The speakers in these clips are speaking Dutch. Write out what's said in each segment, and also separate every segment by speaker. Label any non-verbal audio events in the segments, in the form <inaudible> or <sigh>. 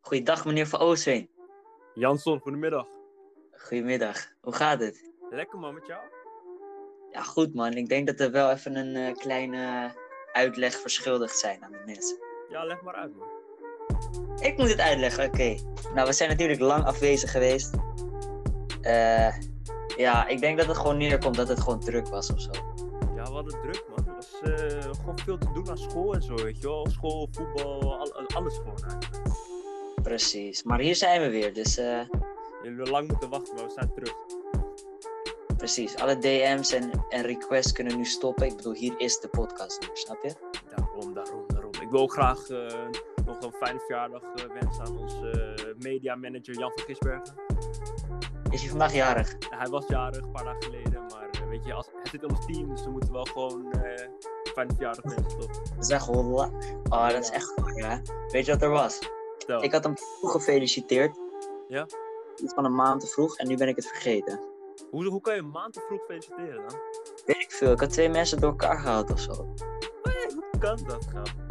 Speaker 1: Goeiedag, meneer Van Oostveen.
Speaker 2: Jansson, goedemiddag.
Speaker 1: Goedemiddag. Hoe gaat het?
Speaker 2: Lekker man, met jou?
Speaker 1: Ja, goed man. Ik denk dat we wel even een eh, kleine uitleg verschuldigd zijn aan de mensen.
Speaker 2: Ja, leg maar uit man.
Speaker 1: Ik moet het uitleggen, oké. Nou, we zijn natuurlijk lang afwezig geweest. Eh, ja, ik denk dat het gewoon neerkomt dat het gewoon druk was of zo.
Speaker 2: Ja, we hadden druk man. Er was eh, gewoon veel te doen aan school en zo, weet je wel. School, voetbal, al- al- alles gewoon eigenlijk.
Speaker 1: Precies. Maar hier zijn we weer, dus eh,
Speaker 2: Jullie hebben lang moeten wachten, maar we zijn terug.
Speaker 1: precies. Alle DM's en, en requests kunnen nu stoppen. Ik bedoel, hier is de podcast nu, snap je?
Speaker 2: Daarom, daarom, daarom. Ik wil ook graag eh, nog een fijne verjaardag eh, wensen aan onze eh, mediamanager Jan van Gisbergen.
Speaker 1: Is je vandaag jarig?
Speaker 2: Hij was jarig een paar dagen geleden, maar eh, weet je, als, hij zit in ons team, dus we moeten wel gewoon eh fijne verjaardag wensen, toch?
Speaker 1: Dat is echt holla. Oh, dat is echt goed, ja. Weet je wat er was?
Speaker 2: Vertel.
Speaker 1: Oh. Ik had hem vroeg gefeliciteerd.
Speaker 2: Ja?
Speaker 1: Iets van een maand te vroeg en nu ben ik het vergeten.
Speaker 2: Hoe, hoe kan je een maand te vroeg feliciteren dan?
Speaker 1: Weet ik veel, ik had twee mensen door elkaar gehaald of zo. <laughs>
Speaker 2: Hoe kan dat gaan?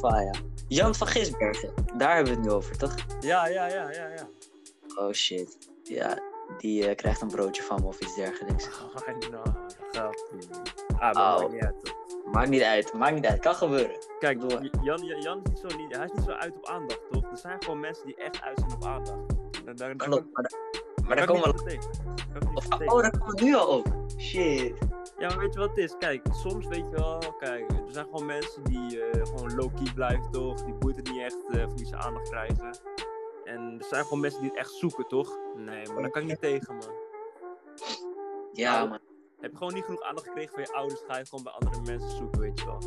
Speaker 1: Faya. Jan van Gisbergen, daar hebben we het nu over, toch?
Speaker 2: Ja, ja, ja, ja, ja.
Speaker 1: Oh shit. Ja, die eh, krijgt een broodje van me of iets
Speaker 2: <laughs>
Speaker 1: dergelijks.
Speaker 2: Oh, nou, grappie. Ah, maar
Speaker 1: Au.
Speaker 2: maakt niet uit, hoor.
Speaker 1: Maakt niet uit, maakt niet uit, kan gebeuren.
Speaker 2: Kijk,
Speaker 1: Door.
Speaker 2: J- Jan, Jan, Jan is niet zo, niet, hij is niet zo uit op aandacht, toch? Er zijn gewoon mensen die echt uit zijn op aandacht. Daar, daar, daar
Speaker 1: Klopt,
Speaker 2: kan-
Speaker 1: maar, da- maar daar
Speaker 2: kan ik
Speaker 1: komen we.
Speaker 2: niet van tegen. Daar kan ik niet
Speaker 1: Of,
Speaker 2: van tegen.
Speaker 1: oh, daar komen we nu al op. Shit.
Speaker 2: Ja, maar weet je wat het is? Kijk, soms weet je wel, kijk, er zijn gewoon mensen die eh, gewoon low-key blijven, toch? Die boeit het niet echt eh, of niet zijn aandacht krijgen. En er zijn gewoon mensen die het echt zoeken, toch? Nee, maar daar kan ik niet tegen, man.
Speaker 1: Ja,
Speaker 2: Nou.
Speaker 1: man.
Speaker 2: Heb je gewoon niet genoeg aandacht gekregen van je ouders, ga je gewoon bij andere mensen zoeken, weet je wel.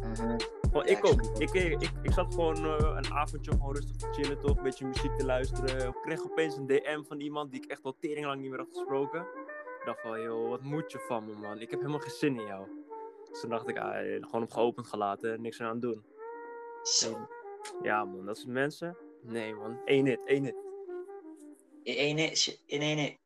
Speaker 1: Mhm.
Speaker 2: Gewoon,
Speaker 1: Ja,
Speaker 2: ik
Speaker 1: ik
Speaker 2: ook.
Speaker 1: snap het.
Speaker 2: Ik, ik, ik, ik zat gewoon eh, een avondje gewoon rustig te chillen, toch? Een beetje muziek te luisteren. Ik kreeg opeens een DM van iemand die ik echt al tering lang niet meer had gesproken. Ik dacht van, joh, wat moet je van me, man? Ik heb helemaal geen zin in jou. Dus toen dacht ik, ah, eh, gewoon op geopend gelaten, niks aan aan doen.
Speaker 1: Zo.
Speaker 2: Ja, man, dat zijn mensen. Nee, man, één hit, één hit.
Speaker 1: In één, in één,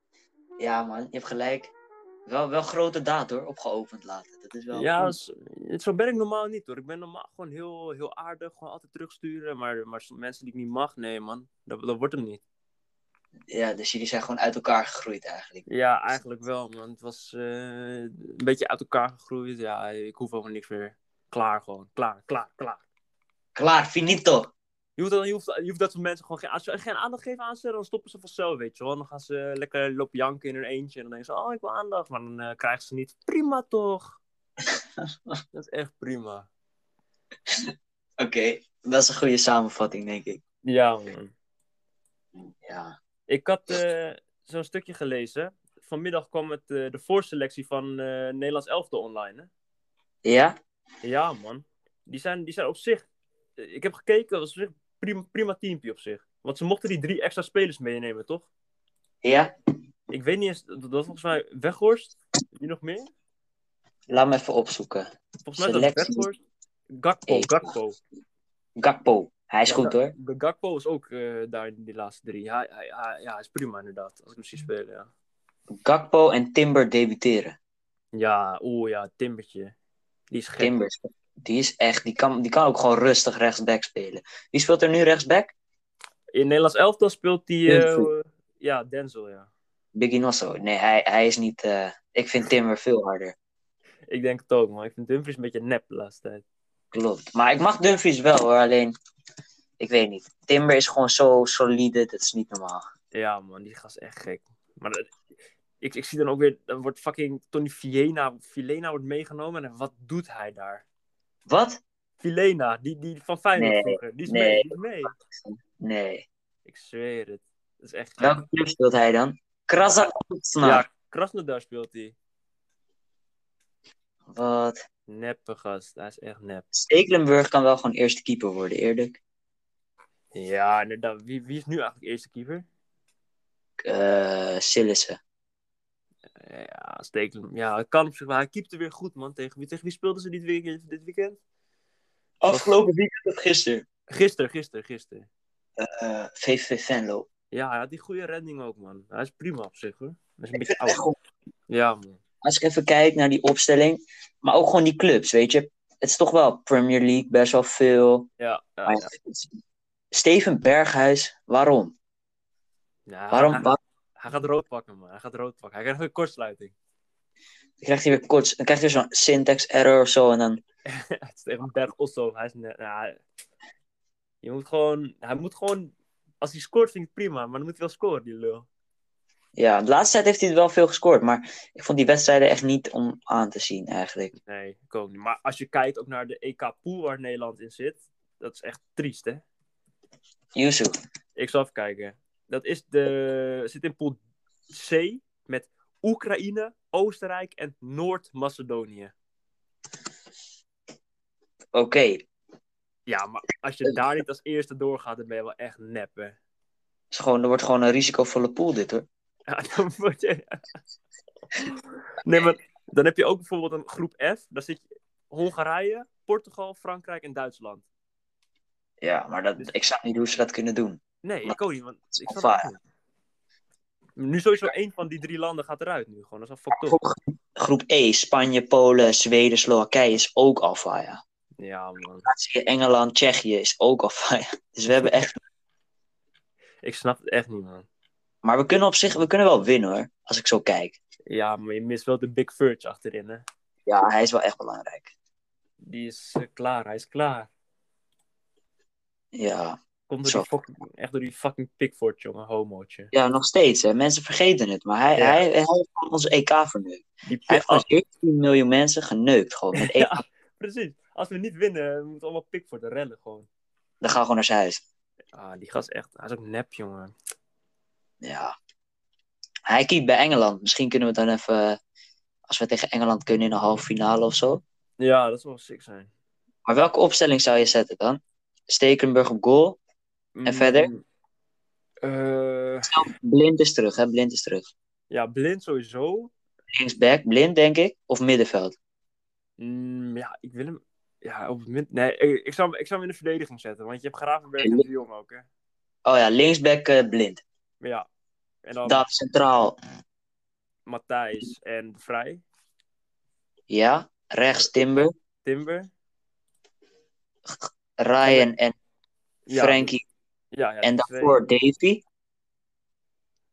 Speaker 1: Ja, man, je hebt gelijk. Wel, wel grote daad hoor, opgeopend laten. Dat is wel.
Speaker 2: Ja, dus, eh, zo ben ik normaal niet, hoor. Ik ben normaal gewoon heel, heel aardig, gewoon altijd terugsturen. Maar, maar soms mensen die ik niet mag, nee, man, dat, dat wordt hem niet.
Speaker 1: Ja, dus jullie zijn gewoon uit elkaar gegroeid eigenlijk.
Speaker 2: Ja, eigenlijk wel, man. Het was eh, een beetje uit elkaar gegroeid. Ja, ik hoef helemaal niks meer. Klaar gewoon. Klaar, klaar, klaar.
Speaker 1: Klaar, finito.
Speaker 2: Je hoeft, dat- je, hoeft, je hoeft dat soort mensen gewoon... Geen, als je geen aandacht geeft aan ze, dan stoppen ze vanzelf, weet je wel. Dan gaan ze lekker lopen janken in hun eentje. En dan denken ze, oh, ik wil aandacht. Maar dan eh, krijgen ze niet. Prima <laughs> toch? dat is echt prima.
Speaker 1: Oké, dat is een goede samenvatting, denk ik.
Speaker 2: Ja, man.
Speaker 1: Ja.
Speaker 2: Ik had eh, zo'n stukje gelezen. Vanmiddag kwam het, eh, de voorselectie van eh, Nederlands elftal online, hè?
Speaker 1: Ja?
Speaker 2: Ja, man. Die zijn, die zijn op zich. eh, Ik heb gekeken, dat was op zich een prima, prima teampje op zich. Want ze mochten die drie extra spelers meenemen, toch?
Speaker 1: Ja?
Speaker 2: Ik weet niet eens, dat dat was volgens mij Weghorst. Wie nog meer?
Speaker 1: Laat me even opzoeken.
Speaker 2: Volgens mij was dat
Speaker 1: Selectie.
Speaker 2: Weghorst. Gakpo,
Speaker 1: Eén.
Speaker 2: Gakpo.
Speaker 1: Gakpo. Hij is
Speaker 2: Ja,
Speaker 1: goed hoor.
Speaker 2: Ga- Gakpo is ook eh, daar in die laatste drie. Hij, hij, hij- ja, hij is prima inderdaad. Als ik hem
Speaker 1: Mm.
Speaker 2: zie spelen, ja.
Speaker 1: Gakpo en Timber debuteren.
Speaker 2: Ja, oeh ja, Timbertje. Die is gek.
Speaker 1: Timber. Die is echt, die kan, die kan ook gewoon rustig rechtsback spelen. Wie speelt er nu rechtsback?
Speaker 2: In Nederlands elftal speelt hij... eh,
Speaker 1: Denzel.
Speaker 2: ja, Denzel, ja.
Speaker 1: Biggie Nosso. Nee, hij, hij is niet. eh, Ik vind Timber veel harder.
Speaker 2: Ik denk het ook, man. Ik vind Dumfries een beetje nep de laatste tijd.
Speaker 1: Klopt. Maar ik mag Dumfries wel hoor, alleen. Ik weet niet. Timber is gewoon zo solide, dat is niet normaal.
Speaker 2: Ja, man, die gast is echt gek. Maar dat- ik, ik zie dan ook weer, dan wordt fucking Tony Fiena, Filena wordt meegenomen. En wat doet hij daar?
Speaker 1: Wat?
Speaker 2: Filena, die, die van Feyenoord
Speaker 1: Nee,
Speaker 2: vroeger. Die is
Speaker 1: nee.
Speaker 2: mee, die is mee.
Speaker 1: Nee.
Speaker 2: Ik zweer het. Dat is echt gek.
Speaker 1: Welke club speelt hij dan? Krasnodar.
Speaker 2: Ja, Krasnodar speelt hij.
Speaker 1: Wat?
Speaker 2: Neppe gast, hij is echt nep.
Speaker 1: Stekelenburg kan wel gewoon eerste keeper worden, eerlijk.
Speaker 2: Ja, inderdaad. Wie, wie is nu eigenlijk eerste keeper?
Speaker 1: Eh Sillissen.
Speaker 2: Ja, Stekelenburg. Ja, het kan op zich wel. Hij keepte weer goed, man. Tegen wie, tegen wie speelden ze dit weekend? Dit weekend? Afgelopen
Speaker 1: weekend of gisteren?
Speaker 2: Gisteren, gisteren, gisteren.
Speaker 1: VV Venlo.
Speaker 2: Ja, hij had die goede redding ook, man. Hij is prima op zich, hoor. Hij is een
Speaker 1: Ik
Speaker 2: beetje
Speaker 1: vind het echt
Speaker 2: oud.
Speaker 1: goed.
Speaker 2: Ja, man.
Speaker 1: Als ik even kijk naar die opstelling, maar ook gewoon die clubs, weet je. Het is toch wel Premier League, best wel veel.
Speaker 2: Ja, ja,
Speaker 1: Maar
Speaker 2: ja.
Speaker 1: ja, Steven Berghuis, waarom?
Speaker 2: Ja,
Speaker 1: Waarom,
Speaker 2: Hij,
Speaker 1: waarom
Speaker 2: hij gaat rood pakken, man. Hij gaat rood pakken. Hij krijgt een kortsluiting. <laughs>
Speaker 1: krijgt hij weer koorts? Dan krijgt hij zo'n syntax error of zo. En dan,
Speaker 2: het is tegen Berg Osso. Hij is net, ja, je moet gewoon, hij moet gewoon, als hij scoort vind ik het prima, maar dan moet hij wel scoren, die lul.
Speaker 1: ja, de laatste tijd heeft hij wel veel gescoord. Maar ik vond die wedstrijden echt niet om aan te zien eigenlijk.
Speaker 2: Nee, ik ook niet. Maar als je kijkt ook naar de EK-pool waar Nederland in zit, dat is echt triest, hè?
Speaker 1: Yusuf.
Speaker 2: Ik zal even kijken. Dat is de, zit in pool C met Oekraïne, Oostenrijk en Noord-Macedonië.
Speaker 1: Oké,
Speaker 2: Ja, maar
Speaker 1: <laughs>
Speaker 2: als je daar niet als eerste doorgaat, dan ben je wel echt nep, hè?
Speaker 1: is gewoon, er wordt gewoon een risicovolle pool dit hoor.
Speaker 2: <laughs> Ja, dan word je... <laughs> Nee, maar dan heb je ook bijvoorbeeld een groep F. Daar zit je Hongarije, Portugal, Frankrijk en Duitsland.
Speaker 1: Ja, maar dat, ik snap niet hoe ze dat kunnen doen.
Speaker 2: Nee, ik ook niet, want ik
Speaker 1: wel
Speaker 2: snap het niet. Nu sowieso één van die drie landen gaat eruit nu. Gewoon, dat is al fucked up.
Speaker 1: Groep, groep E, Spanje, Polen, Zweden, Slowakije is ook al fire.
Speaker 2: Ja, man.
Speaker 1: Kroatië, Engeland, Tsjechië is ook al fire. Dus we hebben echt...
Speaker 2: Ik snap het echt niet, man.
Speaker 1: Maar we kunnen op zich, we kunnen wel winnen hoor, als ik zo kijk.
Speaker 2: Ja, maar je mist wel de Big Verge achterin, hè.
Speaker 1: Ja, hij is wel echt belangrijk.
Speaker 2: Die is eh, klaar, hij is klaar.
Speaker 1: Ja,
Speaker 2: Komt door
Speaker 1: Zo.
Speaker 2: die fucking, echt door die fucking Pickford, jongen, homootje.
Speaker 1: ja nog steeds. Hè. Mensen vergeten het, maar hij,
Speaker 2: Ja.
Speaker 1: hij, hij heeft gewoon onze EK verneukt.
Speaker 2: Die
Speaker 1: Hij
Speaker 2: Pick-
Speaker 1: heeft als 14 miljoen mensen geneukt gewoon. Met E EK.
Speaker 2: Ja, precies. Als we niet winnen, we moeten allemaal Pickford rellen, gewoon.
Speaker 1: Dan gaan we gewoon naar zijn huis.
Speaker 2: Ah, die gast echt. Hij is ook nep, jongen.
Speaker 1: Ja. Hij kiet bij Engeland. Misschien kunnen we dan even. eh, Als we tegen Engeland kunnen in de halve finale of zo.
Speaker 2: Ja, dat zou wel sick zijn.
Speaker 1: Maar welke opstelling zou je zetten dan? Stekenburg op goal.
Speaker 2: Mm,
Speaker 1: verder?
Speaker 2: eh,
Speaker 1: Blind is terug, hè? Blind is terug.
Speaker 2: ja, blind sowieso.
Speaker 1: Linksback, blind denk ik. Of middenveld.
Speaker 2: Mm, ja, ik wil hem. Ja, op het moment. Nee, ik, ik zou, hem- ik zou hem in de verdediging zetten. Want je hebt Gravenberg en de Jong ook, hè?
Speaker 1: Oh ja, linksback eh, blind.
Speaker 2: Maar ja. En dan
Speaker 1: Dat centraal.
Speaker 2: Matthijs en De Vrij.
Speaker 1: Ja. Rechts Timber.
Speaker 2: Timber.
Speaker 1: Ryan en
Speaker 2: Ja,
Speaker 1: Frankie.
Speaker 2: Ja, ja.
Speaker 1: en
Speaker 2: de twee.
Speaker 1: daarvoor Davy.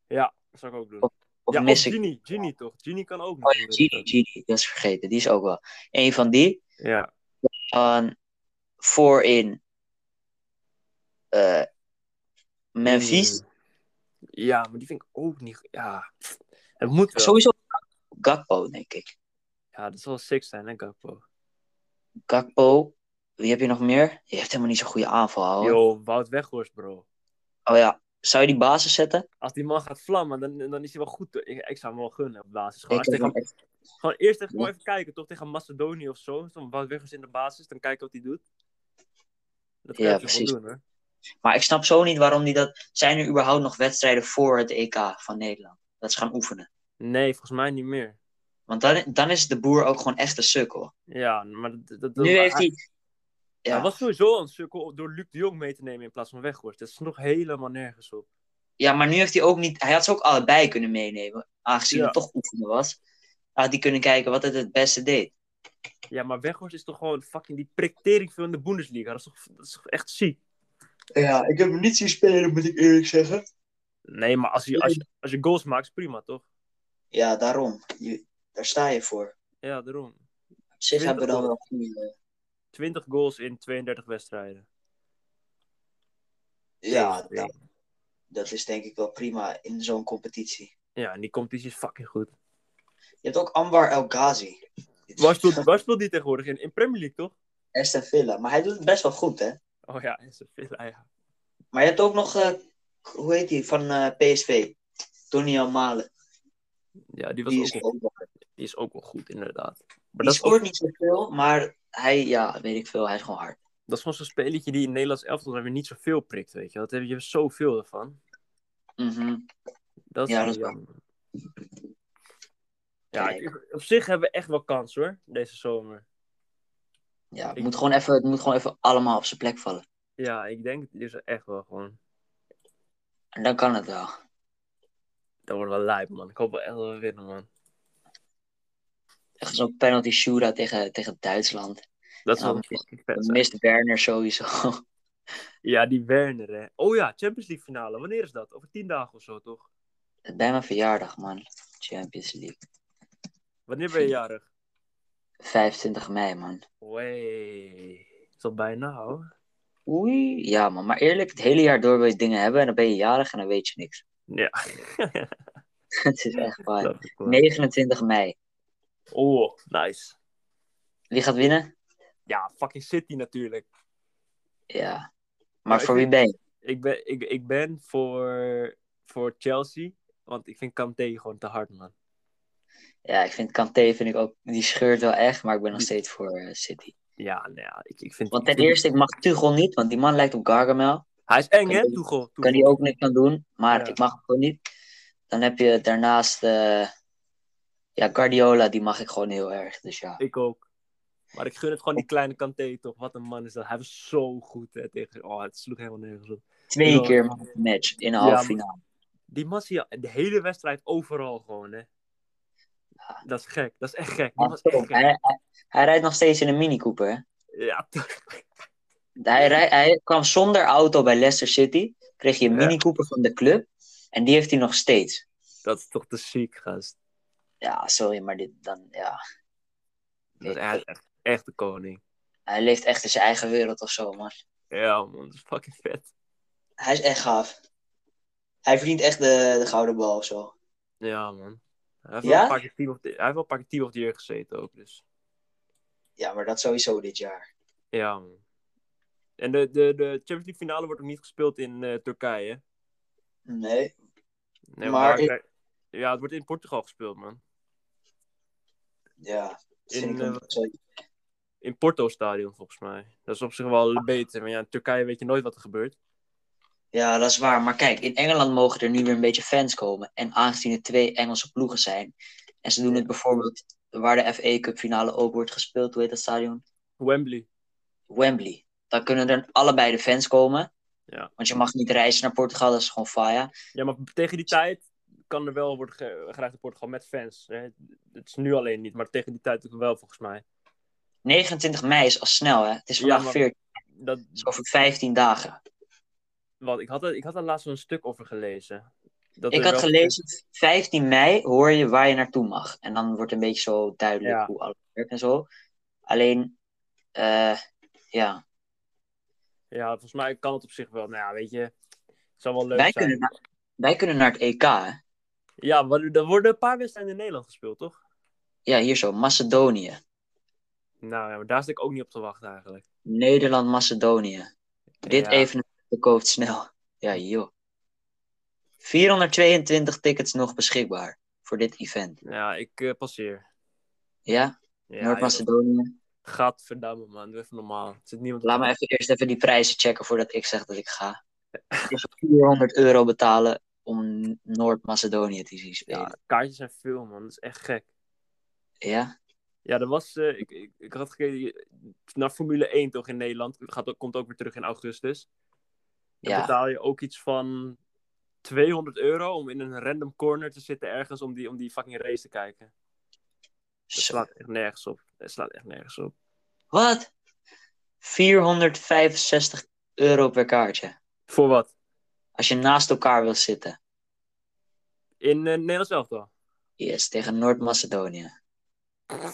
Speaker 2: Ja, dat zou ik ook doen.
Speaker 1: Of Of
Speaker 2: ja,
Speaker 1: mis
Speaker 2: of
Speaker 1: ik.
Speaker 2: Gini. Gini toch? Gini kan ook
Speaker 1: Oh
Speaker 2: nog.
Speaker 1: ja, Gini, Gini. Dat is vergeten. Die is ook wel. Eén van die.
Speaker 2: Ja.
Speaker 1: Dan voorin. eh, Memphis.
Speaker 2: Mm. Ja, maar die vind ik ook niet. Ja. Het moet wel.
Speaker 1: Sowieso Gakpo, denk ik.
Speaker 2: Ja, dat zal wel sick zijn, hè, Gakpo.
Speaker 1: Gakpo. Wie heb je nog meer? Je hebt helemaal niet zo'n goede aanval, houden.
Speaker 2: Yo, Wout Weghorst, bro.
Speaker 1: Oh ja. Zou je die basis zetten?
Speaker 2: Als die man gaat vlammen, dan, dan is hij wel goed. eh, Ik, ik zou hem wel gunnen op basis. Gewoon,
Speaker 1: Ik
Speaker 2: als
Speaker 1: heb hem
Speaker 2: tegen,
Speaker 1: echt-
Speaker 2: gewoon eerst even, gewoon even kijken, toch? Tegen Macedonië of zo. Dan Wout Weghorst in de basis, dan kijken wat hij doet. Dat kan
Speaker 1: Ja,
Speaker 2: je
Speaker 1: precies.
Speaker 2: precies. doen, hoor.
Speaker 1: Maar ik snap zo niet waarom die dat... Zijn er überhaupt nog wedstrijden voor het EK van Nederland? Dat ze gaan oefenen.
Speaker 2: Nee, volgens mij niet meer.
Speaker 1: Want dan, dan is de boer ook gewoon echt een sukkel.
Speaker 2: Ja, maar dat... dat
Speaker 1: Nu heeft hij...
Speaker 2: Hij
Speaker 1: Ja.
Speaker 2: was sowieso al een sukkel om door Luc de Jong mee te nemen in plaats van Weghorst. Dat is nog helemaal nergens op.
Speaker 1: ja, maar nu heeft hij ook niet... Hij had ze ook allebei kunnen meenemen. Aangezien
Speaker 2: Ja.
Speaker 1: het toch oefenen was. Had hij kunnen kijken wat het het beste deed.
Speaker 2: Ja, maar Weghorst is toch gewoon fucking die priktering veel in de Bundesliga. Dat is toch, dat is toch echt ziek?
Speaker 1: Ja, ik heb hem niet zien spelen, moet ik eerlijk zeggen.
Speaker 2: Nee, maar als je, als je, als je goals maakt, is prima, toch?
Speaker 1: Ja, daarom. Je- daar sta je voor.
Speaker 2: Ja, daarom.
Speaker 1: Op zich hebben we dan wel
Speaker 2: 20 goals in 32 wedstrijden.
Speaker 1: Ja,
Speaker 2: ja.
Speaker 1: nou, dat is denk ik wel prima in zo'n competitie.
Speaker 2: Ja, en die competitie is fucking goed.
Speaker 1: Je hebt ook Anwar El Ghazi. Dit is
Speaker 2: Waar speelt, waar speelt die tegenwoordig in? In Premier League, toch?
Speaker 1: Aston Villa. Maar hij doet het best wel goed, hè?
Speaker 2: Oh ja, en Sevilla, ja.
Speaker 1: Maar je hebt ook nog, eh, hoe heet die, van eh, PSV. Tony Almalen.
Speaker 2: Ja, die, was
Speaker 1: Die
Speaker 2: ook,
Speaker 1: is
Speaker 2: wel-
Speaker 1: ook wel-
Speaker 2: die is ook wel goed, inderdaad. Maar
Speaker 1: Die
Speaker 2: dat is, ook-
Speaker 1: scoort niet zoveel, maar hij, ja, weet ik veel, hij is gewoon hard.
Speaker 2: dat is gewoon zo'n spelletje die in Nederlands elftal hebben niet zoveel prikt, weet je. Dat heb je zoveel ervan.
Speaker 1: Mhm.
Speaker 2: Dat is
Speaker 1: Ja,
Speaker 2: wel
Speaker 1: dat is waar.
Speaker 2: jammer. Ja,
Speaker 1: Kijk.
Speaker 2: ik- op zich hebben we echt wel kans, hoor. Deze zomer.
Speaker 1: Ja, het
Speaker 2: Ik-
Speaker 1: moet, gewoon even, het moet gewoon even allemaal op zijn plek vallen.
Speaker 2: Ja, ik denk het is echt wel gewoon.
Speaker 1: En dan kan het wel.
Speaker 2: Dat wordt wel lijp, man. Ik hoop wel echt dat we winnen, man.
Speaker 1: Echt zo'n penalty shootout tegen, tegen Duitsland.
Speaker 2: Dat is
Speaker 1: Ja,
Speaker 2: wel
Speaker 1: maar-
Speaker 2: fucking vet
Speaker 1: Dan
Speaker 2: zijn.
Speaker 1: mist Werner sowieso.
Speaker 2: Ja, die Werner, hè. Oh ja, Champions League finale. Wanneer is dat? Over tien dagen of zo, toch?
Speaker 1: <laughs> Bij mijn verjaardag, man. Champions League.
Speaker 2: Wanneer ben je jarig?
Speaker 1: 25 mei, man.
Speaker 2: Wee. Is dat bijna, hoor?
Speaker 1: Oei. Ja, man. Maar eerlijk, het hele jaar door wil je dingen hebben en dan ben je jarig en dan weet je niks.
Speaker 2: Ja.
Speaker 1: <laughs> het is echt waar.
Speaker 2: <laughs> Dat is wel-
Speaker 1: 29 mei.
Speaker 2: Oh, nice.
Speaker 1: Wie gaat winnen?
Speaker 2: Ja, fucking City natuurlijk.
Speaker 1: Ja.
Speaker 2: Maar
Speaker 1: Maar
Speaker 2: ik
Speaker 1: voor wie
Speaker 2: vind-
Speaker 1: ben je?
Speaker 2: Ik ben, ik, ik ben voor, voor Chelsea, want ik vind Kanté gewoon te hard, man.
Speaker 1: Ja, ik vind Kanté, vind ik ook, die scheurt wel echt, maar ik ben nog steeds voor eh, City.
Speaker 2: Ja, nou ja, ik, ik vind...
Speaker 1: Want
Speaker 2: ik
Speaker 1: ten
Speaker 2: vind-
Speaker 1: eerste, ik mag Tuchel niet, want die man lijkt op Gargamel.
Speaker 2: Hij is eng,
Speaker 1: kan
Speaker 2: hè,
Speaker 1: die-
Speaker 2: Tuchel?
Speaker 1: Kan
Speaker 2: Tuchel.
Speaker 1: hij ook niks aan doen, maar
Speaker 2: Ja.
Speaker 1: ik mag hem gewoon niet. Dan heb je daarnaast, eh, ja, Guardiola, die mag ik gewoon heel erg. Dus ja,
Speaker 2: Ik ook. Maar ik gun het gewoon die kleine Kanté, toch? Wat een man is dat. Hij was zo goed, hè, tegen... Oh, het sloeg helemaal nergens op.
Speaker 1: twee
Speaker 2: Ja.
Speaker 1: keer man of the match in de
Speaker 2: Ja,
Speaker 1: halve
Speaker 2: maar-
Speaker 1: finale.
Speaker 2: Die man zie je de hele wedstrijd overal gewoon, hè. Dat is gek. Dat is echt gek. Die was echt gek.
Speaker 1: Hij, hij, hij rijdt nog steeds in een Mini Cooper. Hè?
Speaker 2: Ja,
Speaker 1: Hij, rij- hij kwam zonder auto bij Leicester City, kreeg je een
Speaker 2: Ja.
Speaker 1: Mini Cooper van de club en die heeft hij nog steeds.
Speaker 2: dat is toch te ziek, gast.
Speaker 1: Ja, sorry, maar dit dan, ja.
Speaker 2: Dat is echt, echt, echt de koning.
Speaker 1: Hij leeft echt in zijn eigen wereld of zo, man.
Speaker 2: Ja, man. Dat is fucking vet.
Speaker 1: Hij is echt gaaf. Hij verdient echt de, de gouden bal of zo.
Speaker 2: Ja, man. Hij heeft,
Speaker 1: Ja?
Speaker 2: wel een paar keer team of the, hij heeft wel een paar keer team of the year gezeten ook, dus.
Speaker 1: Ja, maar dat sowieso dit jaar.
Speaker 2: Ja, man. En de, de, de Champions League finale wordt ook niet gespeeld in eh, Turkije, hè?
Speaker 1: Nee.
Speaker 2: Nee,
Speaker 1: Maar
Speaker 2: want
Speaker 1: ik-
Speaker 2: daar- Ja, het wordt in Portugal gespeeld, man.
Speaker 1: Ja.
Speaker 2: In,
Speaker 1: Vind ik hem-
Speaker 2: eh, In Porto Stadion, volgens mij. Dat is op zich wel beter, maar ja, in Turkije weet je nooit wat er gebeurt.
Speaker 1: Ja, dat is waar. Maar kijk, in Engeland mogen er nu weer een beetje fans komen. En aangezien het twee Engelse ploegen zijn. En ze doen het bijvoorbeeld waar de FA Cup finale ook wordt gespeeld. Hoe heet dat stadion?
Speaker 2: Wembley.
Speaker 1: Wembley. Dan kunnen er allebei de fans komen.
Speaker 2: Ja.
Speaker 1: Want je mag niet reizen naar Portugal, dat is gewoon faya.
Speaker 2: Ja, maar tegen die tijd kan er wel worden ge- geraakt in Portugal met fans. Hè? Het is nu alleen niet, maar tegen die tijd ook wel, volgens mij.
Speaker 1: 29 mei is al snel, hè? Het is
Speaker 2: Ja,
Speaker 1: vandaag
Speaker 2: maar-
Speaker 1: 14,
Speaker 2: Dat,
Speaker 1: dus over 15 dagen.
Speaker 2: want ik had, er- ik had daar laatst wel een stuk over gelezen. Dat
Speaker 1: Ik
Speaker 2: er
Speaker 1: had
Speaker 2: wel-
Speaker 1: gelezen, 15 mei hoor je waar je naartoe mag. En dan wordt een beetje zo duidelijk
Speaker 2: Ja.
Speaker 1: hoe alles werkt en zo. Alleen, eh, ja.
Speaker 2: Ja, volgens mij kan het op zich wel. Nou ja, weet je, het zou wel leuk
Speaker 1: Wij
Speaker 2: zijn.
Speaker 1: kunnen, naar, wij kunnen naar het EK. Hè?
Speaker 2: Ja, wat- er worden een paar wedstrijden in Nederland gespeeld, toch?
Speaker 1: Ja, hier zo. Macedonië.
Speaker 2: Nou ja, maar daar zit ik ook niet op te wachten eigenlijk.
Speaker 1: Nederland-Macedonië. Dit
Speaker 2: Ja.
Speaker 1: evenement verkoopt snel. Ja, joh. 422 tickets nog beschikbaar voor dit event.
Speaker 2: Ja, ik eh, passeer.
Speaker 1: Ja,
Speaker 2: Ja,
Speaker 1: Noord-Macedonië.
Speaker 2: joh. Gadverdamme, man. Doe even normaal. Er zit niemand...
Speaker 1: Laat me even eerst even die prijzen checken voordat ik zeg dat ik ga. Dus 400 euro betalen om Noord-Macedonië te zien
Speaker 2: Ja,
Speaker 1: spelen.
Speaker 2: kaartjes zijn veel, man. Dat is echt gek.
Speaker 1: Ja?
Speaker 2: Ja, er was... eh, ik, ik, ik had gekeken naar Formule 1 toch in Nederland. Gaat ook, komt ook weer terug in augustus. Dan
Speaker 1: Ja.
Speaker 2: betaal je ook iets van 200 euro om in een random corner te zitten ergens om die, om die fucking race te kijken. Dat
Speaker 1: Zo.
Speaker 2: slaat echt nergens op. Dat slaat echt nergens op.
Speaker 1: Wat? 465 euro per kaartje.
Speaker 2: Voor wat?
Speaker 1: Als je naast elkaar wil zitten.
Speaker 2: In eh Nederland zelf wel.
Speaker 1: Yes, tegen Noord-Macedonië. <laughs>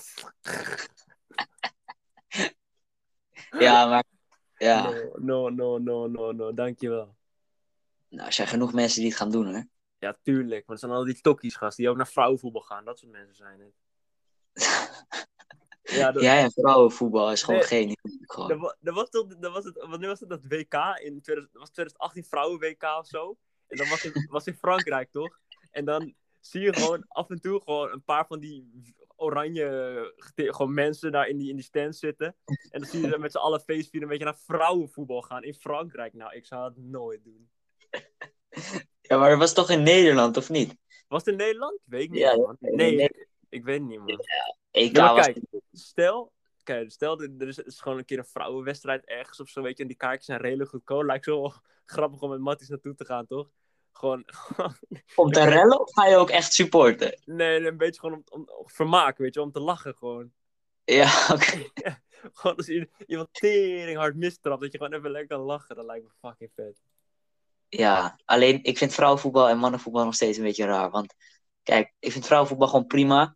Speaker 1: Ja, maar... Ja,
Speaker 2: No, no, no, no, no. Dankjewel.
Speaker 1: nou, er zijn genoeg mensen die het gaan doen, hoor.
Speaker 2: Ja, tuurlijk. Maar het zijn al die tokkies, gast, die ook naar vrouwenvoetbal gaan. Dat soort mensen zijn het.
Speaker 1: <laughs>
Speaker 2: Ja, dat,
Speaker 1: Ja, ja, vrouwenvoetbal is gewoon
Speaker 2: Nee.
Speaker 1: geen... Gewoon.
Speaker 2: dat wa- dat was toch, dat was het, wanneer was het dat WK? In 2000 dat was 2018 vrouwen WK of zo. En dat was <laughs> in, was in Frankrijk, toch? En dan zie je gewoon af en toe gewoon een paar van die oranje gete- gewoon mensen daar in die, in die stand zitten. En dan zie je ze met z'n allen feestvieren een beetje naar vrouwenvoetbal gaan in Frankrijk. Nou, ik zou het nooit doen.
Speaker 1: Ja, maar dat was toch in Nederland, of niet?
Speaker 2: Was het in Nederland? Weet ik niet.
Speaker 1: Ja,
Speaker 2: man.
Speaker 1: in
Speaker 2: Nee,
Speaker 1: Nederland.
Speaker 2: ik, ik weet het niet, man.
Speaker 1: EK
Speaker 2: Ja, maar
Speaker 1: E was...
Speaker 2: kijk. Stel, kijk, stel er er is, er is gewoon een keer een vrouwenwedstrijd ergens of zo, weet je, en die kaartjes zijn redelijk goedkoop. Lijkt zo <laughs> wel grappig om met Matties naartoe te gaan, toch? Gewoon,
Speaker 1: Om te rellen of ga je ook echt supporten?
Speaker 2: nee, een beetje gewoon <laughs> om, om, om vermaak, weet je, om te lachen
Speaker 1: <laughs>
Speaker 2: gewoon.
Speaker 1: Ja, oké.
Speaker 2: Gewoon als i- iemand tering hard mistrapt, dat je gewoon even lekker kan lachen. Dat lijkt me fucking vet.
Speaker 1: Ja, alleen ik vind vrouwenvoetbal en mannenvoetbal nog steeds een beetje raar. Want kijk, ik vind vrouwenvoetbal gewoon prima.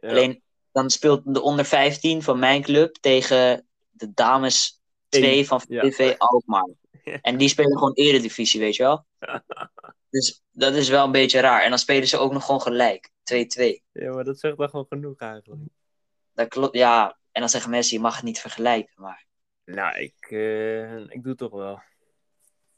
Speaker 2: Ja.
Speaker 1: Alleen dan speelt de onder 15 van mijn club tegen de dames 2 van
Speaker 2: ja.
Speaker 1: VV
Speaker 2: <laughs>
Speaker 1: Alkmaar.
Speaker 2: Ja.
Speaker 1: En die spelen gewoon eredivisie, weet je
Speaker 2: <laughs>
Speaker 1: wel. Dus dat is wel een beetje raar. En dan spelen ze ook nog gewoon gelijk. 2-2.
Speaker 2: ja, maar dat zegt wel gewoon genoeg eigenlijk.
Speaker 1: Dat klopt, ja. En dan zeggen mensen, je mag het niet vergelijken. Maar
Speaker 2: Nou, ik, eh, ik doe het toch wel.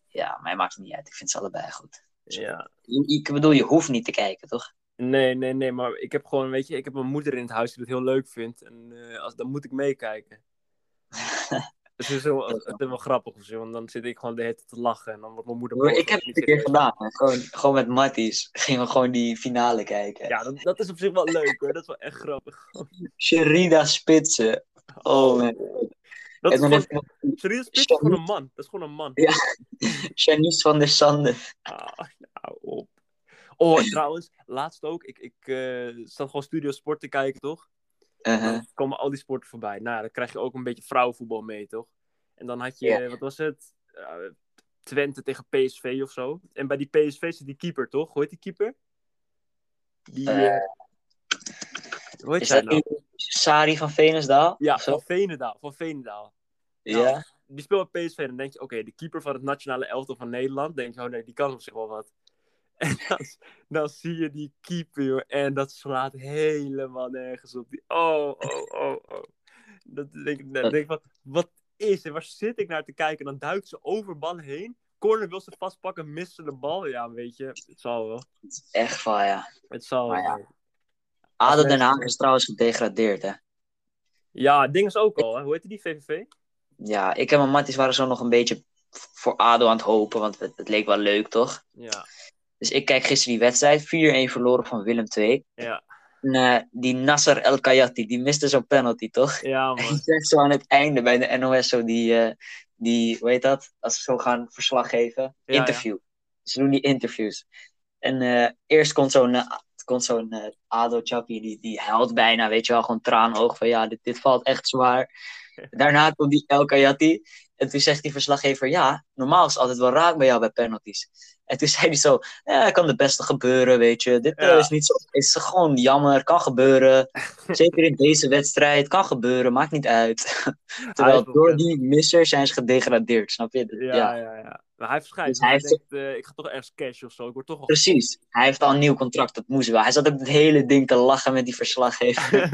Speaker 1: ja, mij maakt het niet uit. Ik vind ze allebei goed.
Speaker 2: Ja.
Speaker 1: Ik bedoel, je hoeft niet te kijken, toch?
Speaker 2: Nee, nee, nee, maar ik heb gewoon, weet je, ik heb een moeder in het huis die het heel leuk vindt. En eh, als, dan moet ik
Speaker 1: <laughs>
Speaker 2: meekijken. Dus het is, wel, het is wel grappig of zo, want dan zit ik gewoon de hele tijd te lachen. En dan wordt mijn moeder
Speaker 1: Broer,
Speaker 2: boos
Speaker 1: ik
Speaker 2: dat
Speaker 1: heb
Speaker 2: niet
Speaker 1: het een keer
Speaker 2: serieus
Speaker 1: gedaan. hè. Gewoon, gewoon met Matties. Gingen we gewoon die finale kijken.
Speaker 2: ben. Ja, dat, dat is op zich wel leuk hoor, dat is wel echt grappig.
Speaker 1: Sherida Spitsen. Oh man. en
Speaker 2: Dat
Speaker 1: dan
Speaker 2: is gewoon,
Speaker 1: heb ik
Speaker 2: serieus, Pit is gewoon een man. Dat is gewoon een man.
Speaker 1: Ja. Janice van der Sande.
Speaker 2: Ah, nou op. Oh, trouwens, laatst ook. Ik, ik eh, zat gewoon Studio Sport te kijken, toch?
Speaker 1: Uh-huh.
Speaker 2: Dan komen al die sporten voorbij. Nou, dan krijg je ook een beetje vrouwenvoetbal mee, toch? En dan had je,
Speaker 1: Ja.
Speaker 2: wat was het? Eh, Twente tegen PSV of zo. En bij die PSV zit die keeper, toch? Hoe heet die keeper? Die,
Speaker 1: Eh,
Speaker 2: eh, hoe heet
Speaker 1: Is
Speaker 2: zij
Speaker 1: dat
Speaker 2: nou?
Speaker 1: die Sari van Venendaal?
Speaker 2: Ja,
Speaker 1: Of zo?
Speaker 2: van Veenendaal. Van Veenendaal. Nou,
Speaker 1: ja.
Speaker 2: Die speelt bij PSV en dan denk je, oké, de keeper van het nationale elftal van Nederland. denk je, oh nee, die kan op zich wel wat. <laughs> En dan, dan zie je die keeper, joh, en dat slaat helemaal nergens op. Die, oh, oh, oh, oh. Dat denk, ik- dan denk ik van, wat is er? Waar zit ik naar te kijken? En dan duikt ze over ballen heen. Corner wil ze vastpakken, mist ze de bal. Ja, weet je, het zal wel.
Speaker 1: Echt van ja.
Speaker 2: Het zal
Speaker 1: Maar
Speaker 2: wel.
Speaker 1: ja.
Speaker 2: Ja,
Speaker 1: Ado
Speaker 2: mensen-
Speaker 1: Den Haag is trouwens gedegradeerd hè.
Speaker 2: het ding is ook al, hè. hoe heette die VVV?
Speaker 1: Ja, ik en mijn Matties waren zo nog een beetje voor Ado aan het hopen. Want het, het leek wel leuk toch?
Speaker 2: Ja,
Speaker 1: Dus ik kijk gisteren die wedstrijd. 4-1 verloren van Willem II.
Speaker 2: Ja.
Speaker 1: En, eh, die Nasser El Kayati, die miste zo'n penalty toch?
Speaker 2: ja
Speaker 1: En je
Speaker 2: man.
Speaker 1: zegt zo aan het einde bij de NOS zo die, eh, die hoe heet dat? Als ze zo gaan verslag geven.
Speaker 2: ja.
Speaker 1: interview. Ze doen die interviews. En eh, eerst komt zo'n eh, komt zo'n eh, Ado Chappie, die, die huilt bijna, weet je wel, gewoon traanoog van ja, dit, dit valt echt
Speaker 2: <laughs>
Speaker 1: zwaar. Daarna komt die El Kayati. En toen zegt die verslaggever, ja, normaal is het altijd wel raak bij jou bij penalties. En toen <laughs> zei hij zo, ja, kan het beste gebeuren, weet je. Dit eh,
Speaker 2: Ja.
Speaker 1: is niet zo, is gewoon jammer, kan gebeuren. Zeker in deze wedstrijd, kan gebeuren, maakt niet
Speaker 2: <laughs>
Speaker 1: uit.
Speaker 2: Hij is
Speaker 1: Terwijl
Speaker 2: wel
Speaker 1: door
Speaker 2: vet.
Speaker 1: die misser zijn ze gedegradeerd, snap je?
Speaker 2: Ja, ja, ja. Maar hij heeft scheid,
Speaker 1: Dus
Speaker 2: want
Speaker 1: hij
Speaker 2: hij
Speaker 1: heeft-
Speaker 2: denkt, eh, ik ga toch ergens cash of zo. Ik word toch wel...
Speaker 1: Precies. Hij heeft al een nieuw contract, dat moest wel. Hij zat ook het hele ding te lachen met die verslaggever.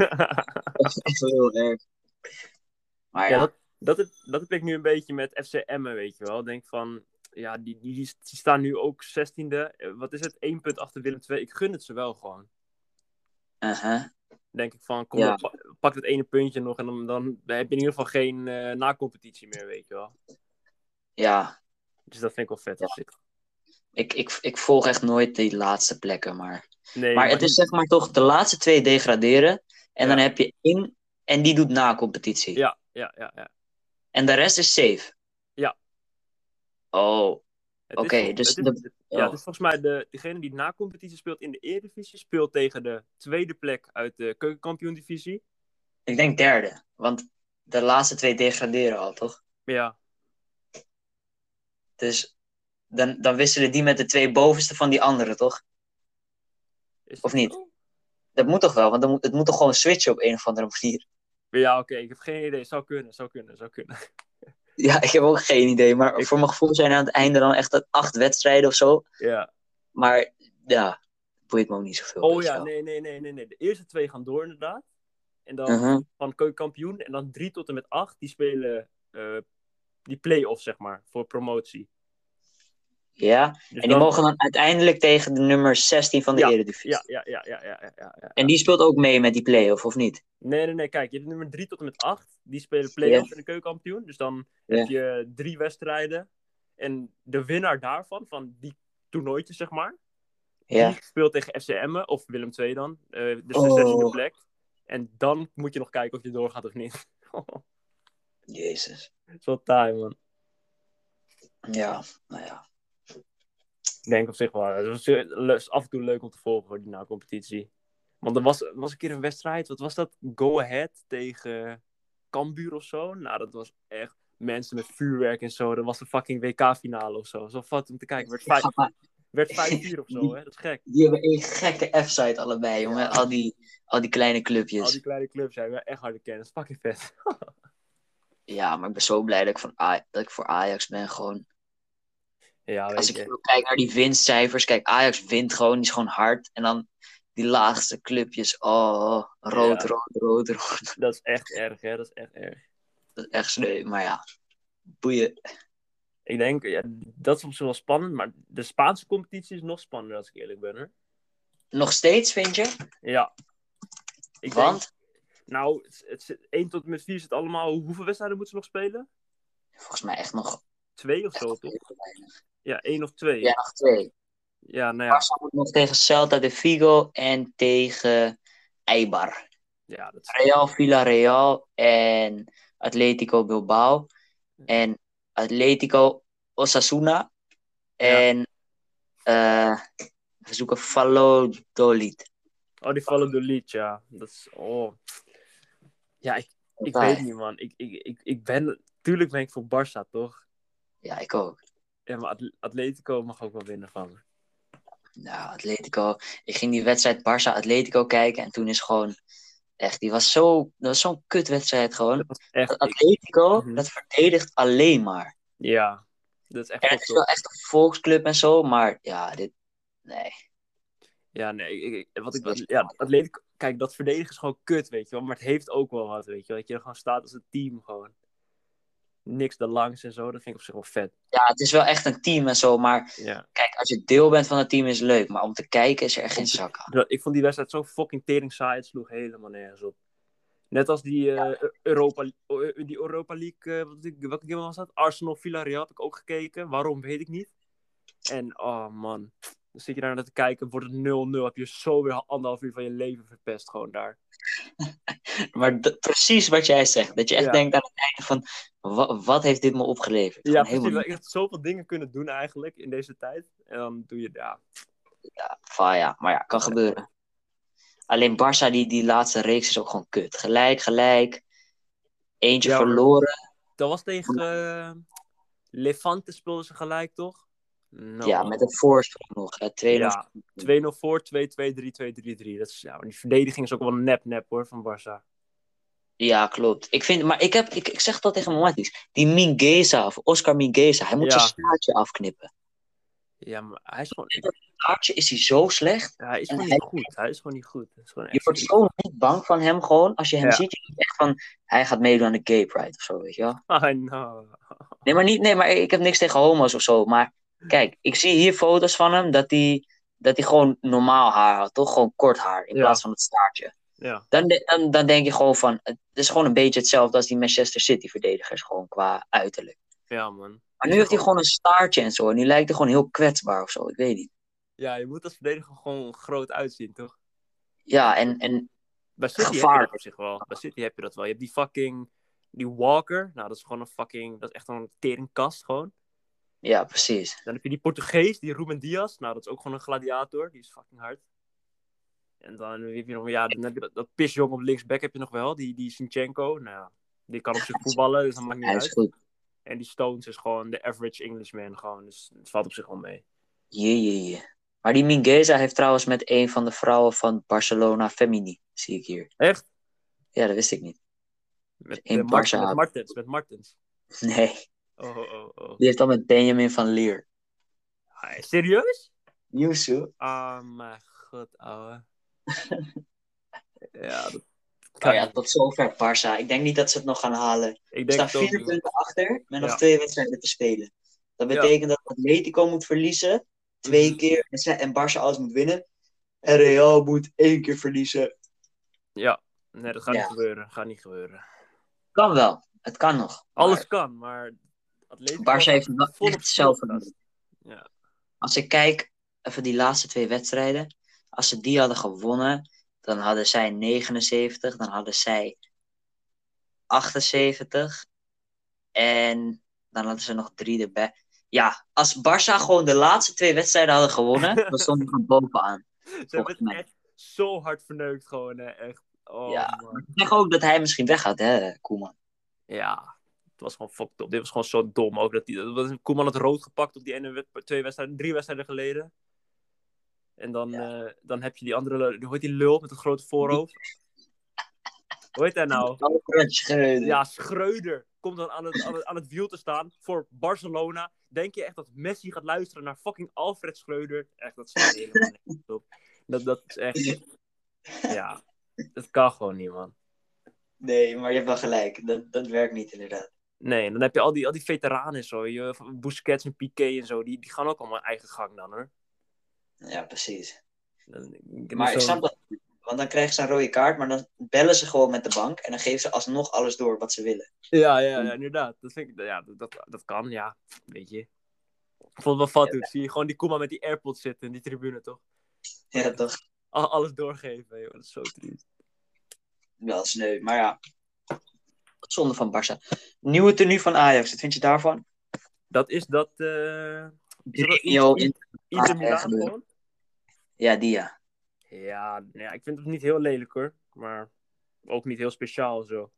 Speaker 1: dat is echt wel heel erg. Maar ja,
Speaker 2: ja, dat, <laughs> dat, heb, dat heb ik nu een beetje met FC Emmen, weet je wel. Ik Denk van, ja, die, die, die staan nu ook 16e. Eh, Wat is het? 1 punt achter Willem 2. Ik gun het ze wel gewoon.
Speaker 1: uh-huh.
Speaker 2: Denk ik van, kom
Speaker 1: Ja.
Speaker 2: op, pa- pak dat ene puntje nog en dan, dan heb je in ieder geval geen eh nacompetitie meer, weet je wel.
Speaker 1: ja.
Speaker 2: Dus dat vind ik wel vet. op zich.
Speaker 1: Ik, ik, ik volg echt nooit die laatste plekken. Maar,
Speaker 2: Nee,
Speaker 1: maar het is zeg maar toch de laatste twee degraderen. En dan
Speaker 2: Ja.
Speaker 1: heb je één en die doet na competitie.
Speaker 2: Ja, ja, ja. ja.
Speaker 1: En de rest is safe.
Speaker 2: Ja.
Speaker 1: Oh,
Speaker 2: Het is
Speaker 1: Oké,
Speaker 2: vol-
Speaker 1: dus
Speaker 2: het is-
Speaker 1: dat-
Speaker 2: Ja,
Speaker 1: oh.
Speaker 2: het is volgens mij de, degene die na competitie speelt in de Eredivisie, speelt tegen de tweede plek uit de keukenkampioen-divisie.
Speaker 1: ik denk derde. Want de laatste twee degraderen al, toch?
Speaker 2: Ja,
Speaker 1: Dus dan, dan wisselen die met de twee bovenste van die andere, toch?
Speaker 2: is
Speaker 1: Of
Speaker 2: dat
Speaker 1: niet?
Speaker 2: zo?
Speaker 1: Dat moet toch wel, want dan moet, het moet toch gewoon switchen op een of andere manier.
Speaker 2: Ja, oké, ik heb geen idee. Zou kunnen, zou kunnen, zou kunnen.
Speaker 1: <laughs> Ja, ik heb ook geen idee. Maar
Speaker 2: Ik-
Speaker 1: voor mijn gevoel zijn aan het einde dan echt dat acht wedstrijden of zo.
Speaker 2: Ja.
Speaker 1: Maar ja, boeit me ook niet zoveel.
Speaker 2: Oh
Speaker 1: weet je
Speaker 2: ja,
Speaker 1: wel.
Speaker 2: nee, nee, nee, nee, nee. De eerste twee gaan door inderdaad. En dan
Speaker 1: Mhm.
Speaker 2: van keukenkampioen en dan drie tot en met acht, die spelen eh, die play-off, zeg maar, voor promotie.
Speaker 1: Ja,
Speaker 2: Dus
Speaker 1: en die
Speaker 2: dan-
Speaker 1: mogen dan uiteindelijk tegen de nummer 16 van de
Speaker 2: Ja,
Speaker 1: Eredivisie.
Speaker 2: Ja, ja, ja, ja, ja, ja, ja, ja.
Speaker 1: En die speelt ook mee met die play-off, of niet?
Speaker 2: Nee, nee, nee. Kijk, je hebt nummer 3 tot en met 8. Die spelen play-off in de keukenkampioen. Dus dan heb je drie wedstrijden. En de winnaar daarvan, van die toernooitjes, zeg maar.
Speaker 1: Ja.
Speaker 2: Die speelt tegen FCM'en of Willem II dan. eh, dus
Speaker 1: Oh.
Speaker 2: de 16e plek. En dan moet je nog kijken of je doorgaat of niet. <laughs>
Speaker 1: Jezus.
Speaker 2: Zo taai, man.
Speaker 1: Ja, nou ja.
Speaker 2: Ik denk op zich wel. Het is op zich le- is af en toe leuk om te volgen voor die na-competitie. Want er was, was een keer een wedstrijd, wat was dat? Go Ahead tegen Cambuur of zo. Nou, dat was echt mensen met vuurwerk en zo. Dat was de fucking WK-finale of zo. Zo vat om te kijken. Werd vijf-
Speaker 1: Ga maar.
Speaker 2: Werd 5-4 of zo, hè? Dat is gek.
Speaker 1: Die hebben een gekke F-site allebei, jongen. Al die, al die kleine clubjes.
Speaker 2: Al die kleine clubs zijn we echt harde kennis. Fucking vet. <laughs>
Speaker 1: Ja, maar ik ben zo blij dat ik, van Aj- dat ik voor Ajax ben. Gewoon.
Speaker 2: Ja, weet
Speaker 1: Als
Speaker 2: je.
Speaker 1: ik ook kijk naar die winstcijfers. Kijk, Ajax wint gewoon. Die is gewoon hard. En dan die laagste clubjes. Oh, rood,
Speaker 2: Ja.
Speaker 1: rood, rood, rood.
Speaker 2: Dat is echt erg, hè? Dat is echt erg.
Speaker 1: Dat is echt sneu. Maar ja, boeien.
Speaker 2: Ik denk, ja, dat is op zich wel spannend, maar de Spaanse competitie is nog spannender als ik eerlijk ben, hè?
Speaker 1: Nog steeds, vind je?
Speaker 2: Ja. Ik
Speaker 1: Want?
Speaker 2: Denk, nou, het, het zit, 1 tot en met 4 zit allemaal. Hoeveel wedstrijden moeten ze nog spelen?
Speaker 1: Volgens mij echt nog,
Speaker 2: Twee of zo, toch? Ja, één of twee.
Speaker 1: ja,
Speaker 2: Ja,
Speaker 1: nog twee.
Speaker 2: nou ja.
Speaker 1: Barca moet nog tegen Celta de Vigo en tegen Eibar.
Speaker 2: ja dat is...
Speaker 1: Real Villarreal en Atletico Bilbao. En Atletico Osasuna. En eh, we zoeken Valladolid.
Speaker 2: Oh, die vallen door lied, ja. Dat is. Oh. Ja, ik, ik weet niet, man. Ik, ik, ik, ik ben. Tuurlijk ben ik voor Barça, toch?
Speaker 1: Ja, ik ook.
Speaker 2: Ja, maar Atle- Atletico mag ook wel winnen van me.
Speaker 1: Nou, Atletico. Ik ging die wedstrijd Barça-Atletico kijken. En toen is gewoon... Echt, die was zo- dat was zo'n kutwedstrijd gewoon.
Speaker 2: Dat was echt. ik-
Speaker 1: Atletico,
Speaker 2: Mhm.
Speaker 1: dat verdedigt alleen maar.
Speaker 2: ja, dat is echt.
Speaker 1: En
Speaker 2: wel
Speaker 1: het is
Speaker 2: zo.
Speaker 1: wel echt een volksclub en zo, maar ja, dit. Nee.
Speaker 2: Ja, nee. Ik, ik- wat ik, wat- ja, Atletico. Kijk, dat verdedigen is gewoon kut, weet je wel. Maar het heeft ook wel wat, weet je wel. Dat je er gewoon staat als een team, gewoon. Niks erlangs en zo. Dat vind ik op zich wel vet.
Speaker 1: Ja, het is wel echt een team en zo, maar
Speaker 2: Ja.
Speaker 1: kijk, als je deel bent van het team is het leuk, maar om te kijken is er echt geen zak aan.
Speaker 2: Dat- Ik vond die wedstrijd zo fucking tering saai. Het sloeg helemaal nergens op. Net als die, eh, Europa, eh, die Europa League. eh, wat, ik- welke game was dat? Arsenal Villarreal heb ik ook gekeken. Waarom weet ik niet. En oh man. Dan zit je daar naar te kijken. Wordt het 0-0. Heb je zo weer anderhalf uur van je leven verpest. Gewoon daar.
Speaker 1: <laughs> Maar d- precies wat jij zegt, dat je echt
Speaker 2: Ja.
Speaker 1: denkt aan het einde van, wa- wat heeft dit me opgeleverd?
Speaker 2: Ja,
Speaker 1: Gewoon helemaal
Speaker 2: precies. Ik had zoveel dingen kunnen doen eigenlijk in deze tijd. En dan doe je ja.
Speaker 1: niet. Van, ja, maar ja, kan gebeuren. Alleen Barça, die, die laatste reeks is ook gewoon kut. Gelijk, gelijk. Eentje
Speaker 2: Ja, hoor.
Speaker 1: verloren.
Speaker 2: Dat was tegen eh, Levante speelden ze gelijk toch? Nou,
Speaker 1: ja, met een voorsprong nog. hè, 2-0
Speaker 2: Ja, 2-0 voor, 2-2, 3-2, 3-3. Dat is, ja, maar die verdediging is ook wel nep-nep hoor, van Barça.
Speaker 1: Ja, klopt. Ik vind, maar ik, heb, ik, ik zeg dat tegen Matis. Die Mingeza, of Oscar Mingeza, hij moet
Speaker 2: Ja.
Speaker 1: zijn staartje afknippen.
Speaker 2: Ja, maar hij is gewoon,
Speaker 1: Staartje is hij zo slecht.
Speaker 2: hij is
Speaker 1: En
Speaker 2: gewoon
Speaker 1: hij-
Speaker 2: niet goed. Hij is gewoon niet goed. Het is gewoon
Speaker 1: Je
Speaker 2: echt
Speaker 1: wordt
Speaker 2: niet-
Speaker 1: zo niet bang van hem gewoon. Als je hem
Speaker 2: Ja.
Speaker 1: ziet, je denkt echt van... Hij gaat meedoen aan de gay pride of zo, weet je wel.
Speaker 2: <laughs> I know.
Speaker 1: Nee, maar niet... Nee, maar ik heb niks tegen homo's of zo. Maar kijk, ik zie hier foto's van hem dat hij... Dat hij gewoon normaal haar had, toch? Gewoon kort haar in
Speaker 2: Ja.
Speaker 1: plaats van het staartje.
Speaker 2: Ja,
Speaker 1: Dan, de- dan, dan denk je gewoon van... Het is gewoon een beetje hetzelfde als die Manchester City-verdedigers. Gewoon qua uiterlijk.
Speaker 2: ja man.
Speaker 1: Maar nu heeft hij gewoon een staartje en zo. En nu lijkt hij gewoon heel kwetsbaar of zo. Ik weet niet.
Speaker 2: Ja, je moet als verdediger gewoon groot uitzien, toch?
Speaker 1: Ja, en, en
Speaker 2: Bij City heb je
Speaker 1: Gevaarlijk.
Speaker 2: dat op zich wel. Bij City heb je dat wel. Je hebt die fucking... Die Walker. Nou, dat is gewoon een fucking... Dat is echt een teringkast gewoon.
Speaker 1: ja, precies.
Speaker 2: Dan heb je die Portugees, die Ruben Diaz. Nou, dat is ook gewoon een gladiator. Die is fucking hard. En dan heb je nog, ja, dan heb je dat, dat pisjong op linksback heb je nog wel. Die, die Sinchenko, nou ja, die kan op zich voetballen, dus dat maakt niet
Speaker 1: Hij is
Speaker 2: uit.
Speaker 1: goed.
Speaker 2: En die Stones is gewoon de average Englishman, gewoon. Dus het valt op zich wel mee.
Speaker 1: Jee, jee, jee. Maar die Mingueza heeft trouwens met een van de vrouwen van Barcelona Femini. Zie ik hier.
Speaker 2: Echt?
Speaker 1: Ja, dat wist ik niet. <laughs>
Speaker 2: Met,
Speaker 1: In
Speaker 2: eh, Mart-
Speaker 1: Barca.
Speaker 2: met Martens, met Martens.
Speaker 1: Nee.
Speaker 2: Oh, oh, oh, oh.
Speaker 1: Die heeft dan met Benjamin van Leer.
Speaker 2: Ah, serieus?
Speaker 1: Yusu. Oh
Speaker 2: Ah, mijn
Speaker 1: <laughs>
Speaker 2: god, ouwe. ja, dat
Speaker 1: Nou ja, tot zover Barça. Ik denk niet dat ze het nog gaan halen.
Speaker 2: Ik
Speaker 1: Ze
Speaker 2: denk
Speaker 1: staan
Speaker 2: het ook
Speaker 1: vier
Speaker 2: niet.
Speaker 1: punten achter met nog
Speaker 2: Ja.
Speaker 1: twee wedstrijden te spelen. Dat
Speaker 2: Ja.
Speaker 1: betekent dat Atletico moet verliezen. Twee
Speaker 2: Mhm.
Speaker 1: keer. En ze- En Barça alles moet winnen. En Real moet één keer verliezen.
Speaker 2: Ja, nee, dat gaat
Speaker 1: Ja.
Speaker 2: niet gebeuren. Gaat niet gebeuren.
Speaker 1: Kan wel. Het kan nog.
Speaker 2: Alles kan, maar Atletico
Speaker 1: Barça heeft
Speaker 2: staat
Speaker 1: wel
Speaker 2: vol
Speaker 1: echt
Speaker 2: op
Speaker 1: zelf
Speaker 2: slot.
Speaker 1: verdiend.
Speaker 2: Ja.
Speaker 1: Als ik kijk, even die laatste twee wedstrijden. Als ze die hadden gewonnen, dan hadden zij 79. Dan hadden zij 78. En dan hadden ze nog drie erbij. Ja,
Speaker 2: <laughs>
Speaker 1: als Barça gewoon de laatste twee wedstrijden hadden gewonnen, dan stonden ze bovenaan.
Speaker 2: Ze
Speaker 1: Volgens
Speaker 2: hebben het
Speaker 1: mij.
Speaker 2: echt zo hard verneukt gewoon, hè, echt. Oh,
Speaker 1: Ja.
Speaker 2: man.
Speaker 1: Ik zeg ook dat hij misschien weggaat, hè, Koeman.
Speaker 2: ja. Het was gewoon fucked up. Dit was gewoon zo dom ook. Dat die, dat dat Koeman het rood gepakt op die ene wed- twee wedstrijden, drie wedstrijden geleden. En dan, eh, dan heb je die andere, hoe heet die lul met het grote
Speaker 1: <laughs>
Speaker 2: voorhoofd? Hoe heet hij nou?
Speaker 1: Oh, Schreuder.
Speaker 2: Ja, Schreuder komt dan aan het, aan het, aan het wiel te staan voor Barcelona. Denk je echt dat Messi gaat luisteren naar fucking Alfred Schreuder? Echt, dat slaat helemaal
Speaker 1: <laughs>
Speaker 2: niet op. Dat, dat is echt... Ja, dat kan gewoon niet, man.
Speaker 1: Nee, maar je hebt wel gelijk. Dat, dat werkt niet, inderdaad.
Speaker 2: Nee, en dan heb je al die, al die veteranen en zo. Je, van Busquets en Piqué en zo. Die, die gaan ook allemaal eigen gang dan, hoor.
Speaker 1: Ja, precies.
Speaker 2: Dan- ik-
Speaker 1: Maar
Speaker 2: zo-
Speaker 1: ik snap dat. niet, Want dan krijgen ze een rode kaart, maar dan bellen ze gewoon met de bank. En dan geven ze alsnog alles door wat ze willen. <laughs>
Speaker 2: Ja, ja, ja, inderdaad. Dat, vind ik, ja, dat, dat, dat kan, ja. Weet je. Ik vond het wel fat, Zie je gewoon die Koeman met die airpods zitten in die tribune, toch?
Speaker 1: Ja, toch?
Speaker 2: Al- Alles doorgeven, joh. Dat is zo triest.
Speaker 1: Wel sneu. Maar ja, zonde van Barça. Nieuwe tenue van Ajax, wat vind je daarvan?
Speaker 2: Dat is dat. eh dat
Speaker 1: Jorginho
Speaker 2: iets-
Speaker 1: in-
Speaker 2: Inter
Speaker 1: Ah,
Speaker 2: Milan
Speaker 1: echt leuk.
Speaker 2: gewoon?
Speaker 1: Ja, die ja.
Speaker 2: Ja, nou ja, ik vind het niet heel lelijk hoor. Maar ook niet heel speciaal zo.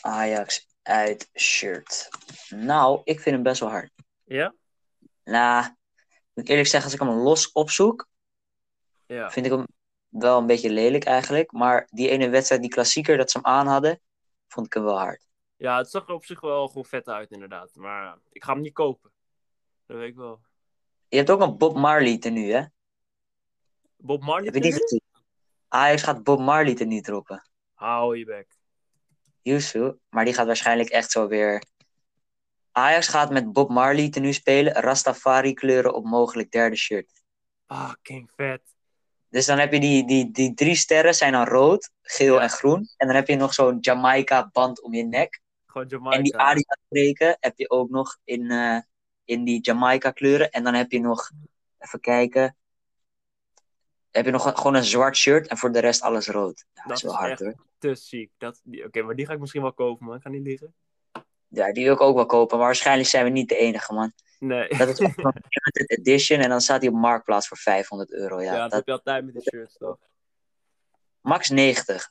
Speaker 1: Ajax uit shirt. Nou, ik vind hem best wel hard.
Speaker 2: Ja?
Speaker 1: Nou, ik moet eerlijk zeggen, als ik hem los opzoek,
Speaker 2: Ja.
Speaker 1: vind ik hem wel een beetje lelijk eigenlijk. Maar die ene wedstrijd, die klassieker, dat ze hem aan hadden, vond ik hem wel hard.
Speaker 2: Ja, het zag er op zich wel gewoon vet uit inderdaad. Maar eh, ik ga hem niet kopen. Dat weet ik wel.
Speaker 1: Je hebt ook een Bob Marley tenue, hè?
Speaker 2: Bob Marley.
Speaker 1: Heb je die
Speaker 2: tenue?
Speaker 1: gezien? Ajax gaat Bob Marley tenue droppen.
Speaker 2: Hou je bek.
Speaker 1: Yusu. Maar die gaat waarschijnlijk echt zo weer... Ajax gaat met Bob Marley tenue spelen. Rastafari kleuren op mogelijk derde shirt.
Speaker 2: Fucking vet.
Speaker 1: Dus dan heb je die, die, die drie sterren zijn dan rood, geel
Speaker 2: Ja.
Speaker 1: en groen. En dan heb je nog zo'n Jamaica band om je nek.
Speaker 2: Gewoon Jamaica.
Speaker 1: En die Adidas streken heb je ook nog in, eh, in die Jamaica kleuren. En dan heb je nog, even kijken. Heb je nog een- gewoon een zwart shirt en voor de rest alles rood. Ja, dat
Speaker 2: Dat
Speaker 1: is wel
Speaker 2: is
Speaker 1: hard
Speaker 2: echt-
Speaker 1: hoor.
Speaker 2: Te ziek. Dat... die- Oké, maar die ga ik misschien wel kopen man. Ik ga niet liggen.
Speaker 1: Ja, die wil ik ook wel kopen, maar waarschijnlijk zijn we niet de enige man.
Speaker 2: Nee.
Speaker 1: Dat
Speaker 2: <laughs>
Speaker 1: is echt een limited edition en dan staat die op marktplaats voor 500 euro.
Speaker 2: Ja,
Speaker 1: Ja,
Speaker 2: dat
Speaker 1: dat,
Speaker 2: heb je altijd met die shirts toch?
Speaker 1: max 90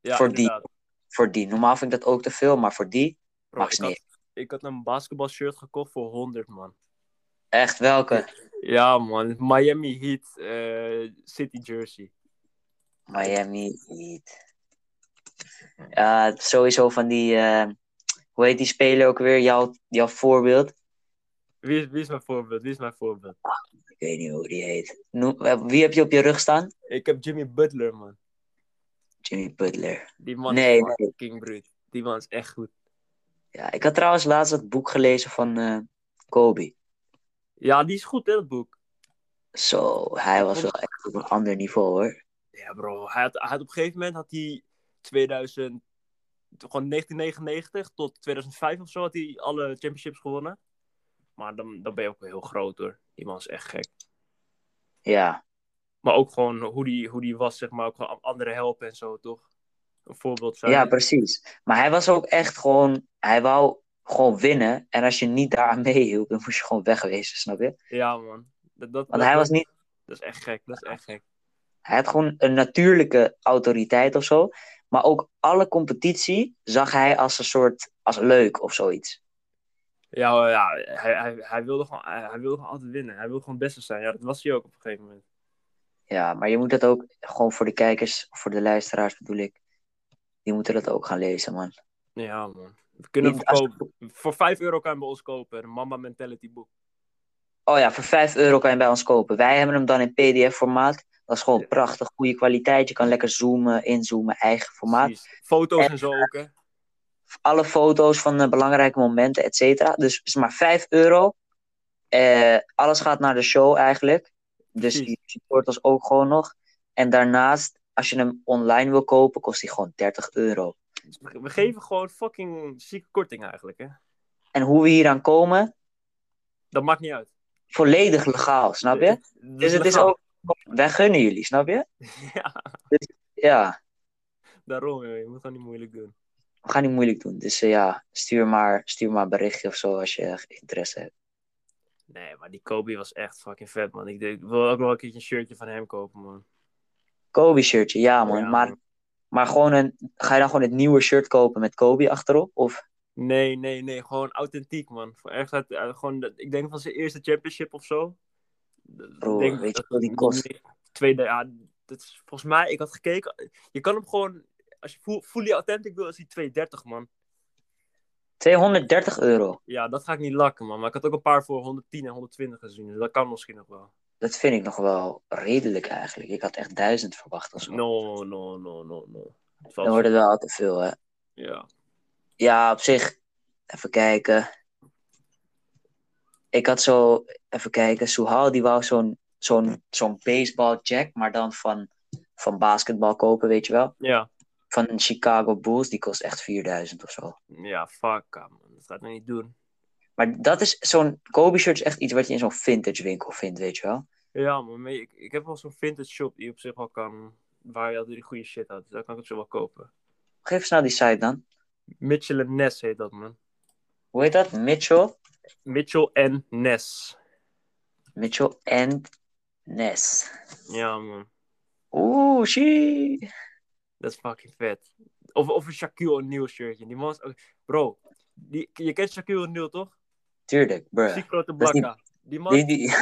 Speaker 2: Ja,
Speaker 1: Voor die.
Speaker 2: inderdaad.
Speaker 1: voor die. Normaal vind ik dat ook te veel, maar voor die,
Speaker 2: Bro,
Speaker 1: Max
Speaker 2: ik, had, ik had een basketbalshirt gekocht voor 100 man.
Speaker 1: echt welke.
Speaker 2: Ja, man. Miami Heat, eh, City Jersey.
Speaker 1: Miami Heat. Ja, sowieso van die. eh, hoe heet die speler ook weer? Jouw, jouw voorbeeld?
Speaker 2: Wie is, wie is mijn voorbeeld? Wie is mijn voorbeeld?
Speaker 1: Ik weet niet hoe die heet. Noem- eh, wie heb je op je rug staan?
Speaker 2: Ik heb Jimmy Butler, man.
Speaker 1: Jimmy Butler.
Speaker 2: Die man
Speaker 1: Nee,
Speaker 2: is fucking bruut. Die man is echt goed.
Speaker 1: Ja, ik had trouwens laatst dat boek gelezen van eh, Kobe.
Speaker 2: Ja, die is goed in het boek.
Speaker 1: Zo, hij was wel echt op een ander niveau hoor.
Speaker 2: Ja, bro. Hij had, hij had op een gegeven moment had hij 2000... Gewoon 1999 tot 2005 of zo had hij alle championships gewonnen. Maar dan, dan ben je ook wel heel groot, hoor. Die man is echt gek.
Speaker 1: Ja,
Speaker 2: Maar ook gewoon hoe die, hoe die was, zeg maar. Ook gewoon anderen helpen en zo, toch? Een voorbeeld zijn.
Speaker 1: ja, precies. Maar hij was ook echt gewoon. Hij wou gewoon winnen. En als je niet daaraan <laughs> meehielp, dan moest je gewoon wegwezen, snap je?
Speaker 2: Ja, man. Dat, dat,
Speaker 1: Want
Speaker 2: dat-
Speaker 1: hij was niet.
Speaker 2: Dat is echt gek, dat is echt gek.
Speaker 1: Hij had gewoon een natuurlijke autoriteit of zo. Maar ook alle competitie zag hij als een soort als leuk of zoiets.
Speaker 2: Ja, hoor, ja hij, hij, hij, wilde gewoon, hij, hij wilde gewoon altijd winnen. Hij wilde gewoon het beste zijn. Ja, dat was hij ook op een gegeven moment.
Speaker 1: Ja, maar je moet dat ook gewoon voor de kijkers, voor de luisteraars bedoel ik. Die moeten dat ook gaan lezen, man.
Speaker 2: Ja, man. We kunnen hem
Speaker 1: Niet als-
Speaker 2: verkopen. Voor 5 euro kan je hem bij ons kopen. Een Mamba Mentality boek.
Speaker 1: Oh ja, voor 5 euro kan je hem bij ons kopen. Wij hebben hem dan in PDF-formaat. Dat is gewoon
Speaker 2: Ja.
Speaker 1: prachtig, goede kwaliteit. Je kan lekker zoomen, inzoomen, eigen formaat.
Speaker 2: Precies. Foto's
Speaker 1: En-
Speaker 2: en zo ook, hè.
Speaker 1: Alle foto's van eh, belangrijke momenten, et cetera. Dus het is maar 5 euro. Eh, alles gaat naar de show eigenlijk. Dus
Speaker 2: Precies.
Speaker 1: die support ons ook gewoon nog. En daarnaast, als je hem online wil kopen, kost hij gewoon 30 euro.
Speaker 2: Dus We geven gewoon fucking zieke korting eigenlijk, hè.
Speaker 1: En hoe we hier aan komen,
Speaker 2: Dat maakt niet uit.
Speaker 1: volledig legaal, snap je? Dus het is
Speaker 2: legaal.
Speaker 1: ook, wij gunnen jullie, snap je?
Speaker 2: <laughs> Ja,
Speaker 1: Ja,
Speaker 2: daarom, joh. Je moet gewoon niet moeilijk doen.
Speaker 1: we gaan niet moeilijk doen. Dus eh, ja, stuur maar, stuur maar een berichtje of zo als je eh, interesse hebt.
Speaker 2: Nee, maar die Kobe was echt fucking vet, man. Ik, denk- ik wil ook wel een keertje een shirtje van hem kopen, man.
Speaker 1: Kobe shirtje, ja man.
Speaker 2: Ja,
Speaker 1: maar,
Speaker 2: man.
Speaker 1: maar gewoon een, ga je dan gewoon het nieuwe shirt kopen met Kobe achterop? Of
Speaker 2: Nee, nee, nee. Gewoon authentiek, man. Voor echt uit, uit- gewoon, dat- ik denk van zijn eerste championship of zo. Dat-
Speaker 1: Broer,
Speaker 2: ik denk
Speaker 1: weet je
Speaker 2: dat-
Speaker 1: wat die kost?
Speaker 2: Tweede, ja. Dat is, volgens mij, ik had gekeken. Je kan hem gewoon, als je full- fully authentic wil, is hij 230, man.
Speaker 1: 230 euro?
Speaker 2: Ja, dat ga ik niet lakken, man. Maar ik had ook een paar voor 110 en 120 gezien. Dus dat kan misschien nog wel.
Speaker 1: Dat vind ik nog wel redelijk eigenlijk. Ik had echt 1000 verwacht of zo.
Speaker 2: No, no, no, no, no. Het valt
Speaker 1: Dan wordt het wel te veel, hè?
Speaker 2: Ja.
Speaker 1: Ja, op zich. Even kijken. Ik had zo, even kijken, Suhaal die wou zo'n zo'n zo'n baseball jack, maar dan van, van basketbal kopen, weet je wel.
Speaker 2: Ja.
Speaker 1: Van een Chicago Bulls, die kost echt 4000 of zo.
Speaker 2: Ja, fuck, ah, man. Dat ga ik nog niet doen.
Speaker 1: Maar dat is zo'n Kobe shirt is echt iets wat je in zo'n vintage winkel vindt, weet je wel.
Speaker 2: Ja, man. maar Ik, ik heb wel zo'n vintage shop die op zich wel kan... Waar je altijd die goede shit had. Dus daar kan ik op zich wel kopen.
Speaker 1: Geef snel die site dan.
Speaker 2: Mitchell en Ness heet dat, man.
Speaker 1: Hoe heet dat? Mitchell?
Speaker 2: Mitchell en Ness.
Speaker 1: Mitchell and Ness.
Speaker 2: Ja, man.
Speaker 1: Oeh, shit.
Speaker 2: Dat is fucking vet. Of, of een Shaquille O'Neal shirtje. Die man is... ook- Bro, die, je kent Shaquille O'Neal, toch?
Speaker 1: Tuurlijk, bruh.
Speaker 2: Ziek grote
Speaker 1: dat is
Speaker 2: blakka. Die man
Speaker 1: Die, die,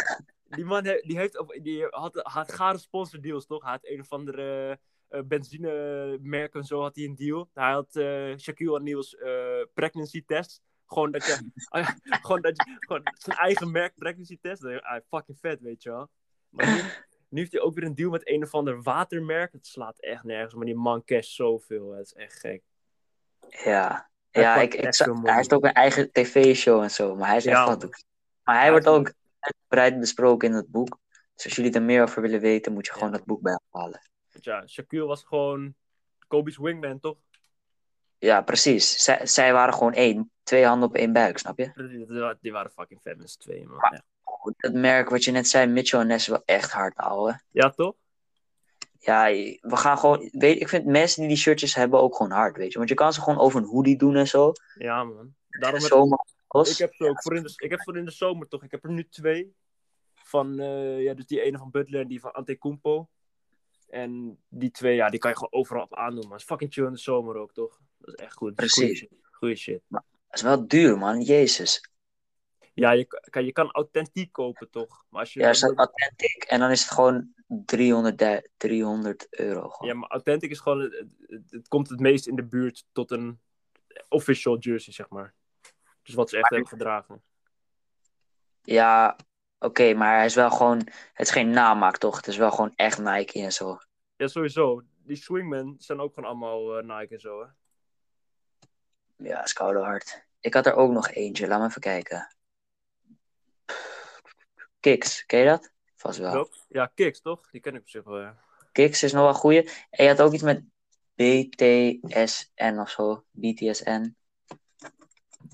Speaker 2: Die man he- die heeft, op- die had, had gare sponsordeals, toch? Hij had een of andere eh, benzinemerk en zo had hij een deal. Hij had eh Shaquille O'Neal's eh, pregnancy test. Gewoon dat je, <laughs> oh gewoon dat je, gewoon zijn eigen merk pregnancy test. Dat- ah, fucking vet, weet je wel. Maar nu, nu heeft hij ook weer een deal met een of ander watermerk. Het slaat echt nergens, maar die man cash zoveel. Het is echt gek.
Speaker 1: Ja,
Speaker 2: Hij
Speaker 1: ja
Speaker 2: pakt
Speaker 1: ik, ik
Speaker 2: echt
Speaker 1: zag-
Speaker 2: veel money.
Speaker 1: hij heeft ook een eigen tv-show en zo, maar hij is
Speaker 2: Ja,
Speaker 1: echt
Speaker 2: man.
Speaker 1: wat. Maar hij
Speaker 2: Hij
Speaker 1: wordt
Speaker 2: is-
Speaker 1: ook uitgebreid besproken in het boek. Dus als jullie er meer over willen weten, moet je gewoon
Speaker 2: Ja.
Speaker 1: dat boek bij halen.
Speaker 2: Want ja, Shaquille was gewoon Kobe's wingman, toch?
Speaker 1: Ja, precies. Zij, zij waren gewoon één. Twee handen op één buik, snap je?
Speaker 2: Die, die- die waren fucking vet met z'n tweeën, man. Echt.
Speaker 1: Goed, Dat merk wat je net zei, Mitchell en Ness, wel echt hard, ouwe.
Speaker 2: Ja, toch?
Speaker 1: Ja, we gaan gewoon... Weet, ik vind mensen die die shirtjes hebben ook gewoon hard, weet je. Want je kan ze gewoon over een hoodie doen en zo.
Speaker 2: Ja, man. Daarom heb
Speaker 1: Zomaar los.
Speaker 2: ik heb ze ook voor in de, ik heb voor in de zomer toch. Ik heb er nu twee. Van, eh, ja, dus die ene van Butler en die van Antetokounmpo. En die twee, ja, die kan je gewoon overal op aandoen. Maar het is fucking chill in de zomer ook, toch? Dat is echt goed. Dat is goede
Speaker 1: Precies.
Speaker 2: shit. Goeie shit.
Speaker 1: Dat is wel duur, man. Jezus.
Speaker 2: Ja, je kan- kan, je kan authentiek kopen, toch? Maar als je,
Speaker 1: Ja, is dat authentic? En dan is het gewoon 300, du- 300 euro gewoon.
Speaker 2: ja, maar authentiek is gewoon... Het, het- het komt het meest in de buurt tot een official jersey, zeg maar. Dus wat ze echt hebben gedragen.
Speaker 1: Ja, oké, maar hij is wel gewoon. Het is geen namaak, toch? Het is wel gewoon echt Nike en zo.
Speaker 2: Ja, sowieso. Die swingmen zijn ook gewoon allemaal eh, Nike en zo, hè?
Speaker 1: Ja, is koude hard. Ik had er ook nog eentje, laat me even kijken. Kiks, ken je dat? Vast wel.
Speaker 2: Nope. Ja, Kicks, toch? Die ken ik op zich wel, ja.
Speaker 1: Kiks is nog wel een goeie. En je had ook iets met BTSN of zo. BTSN.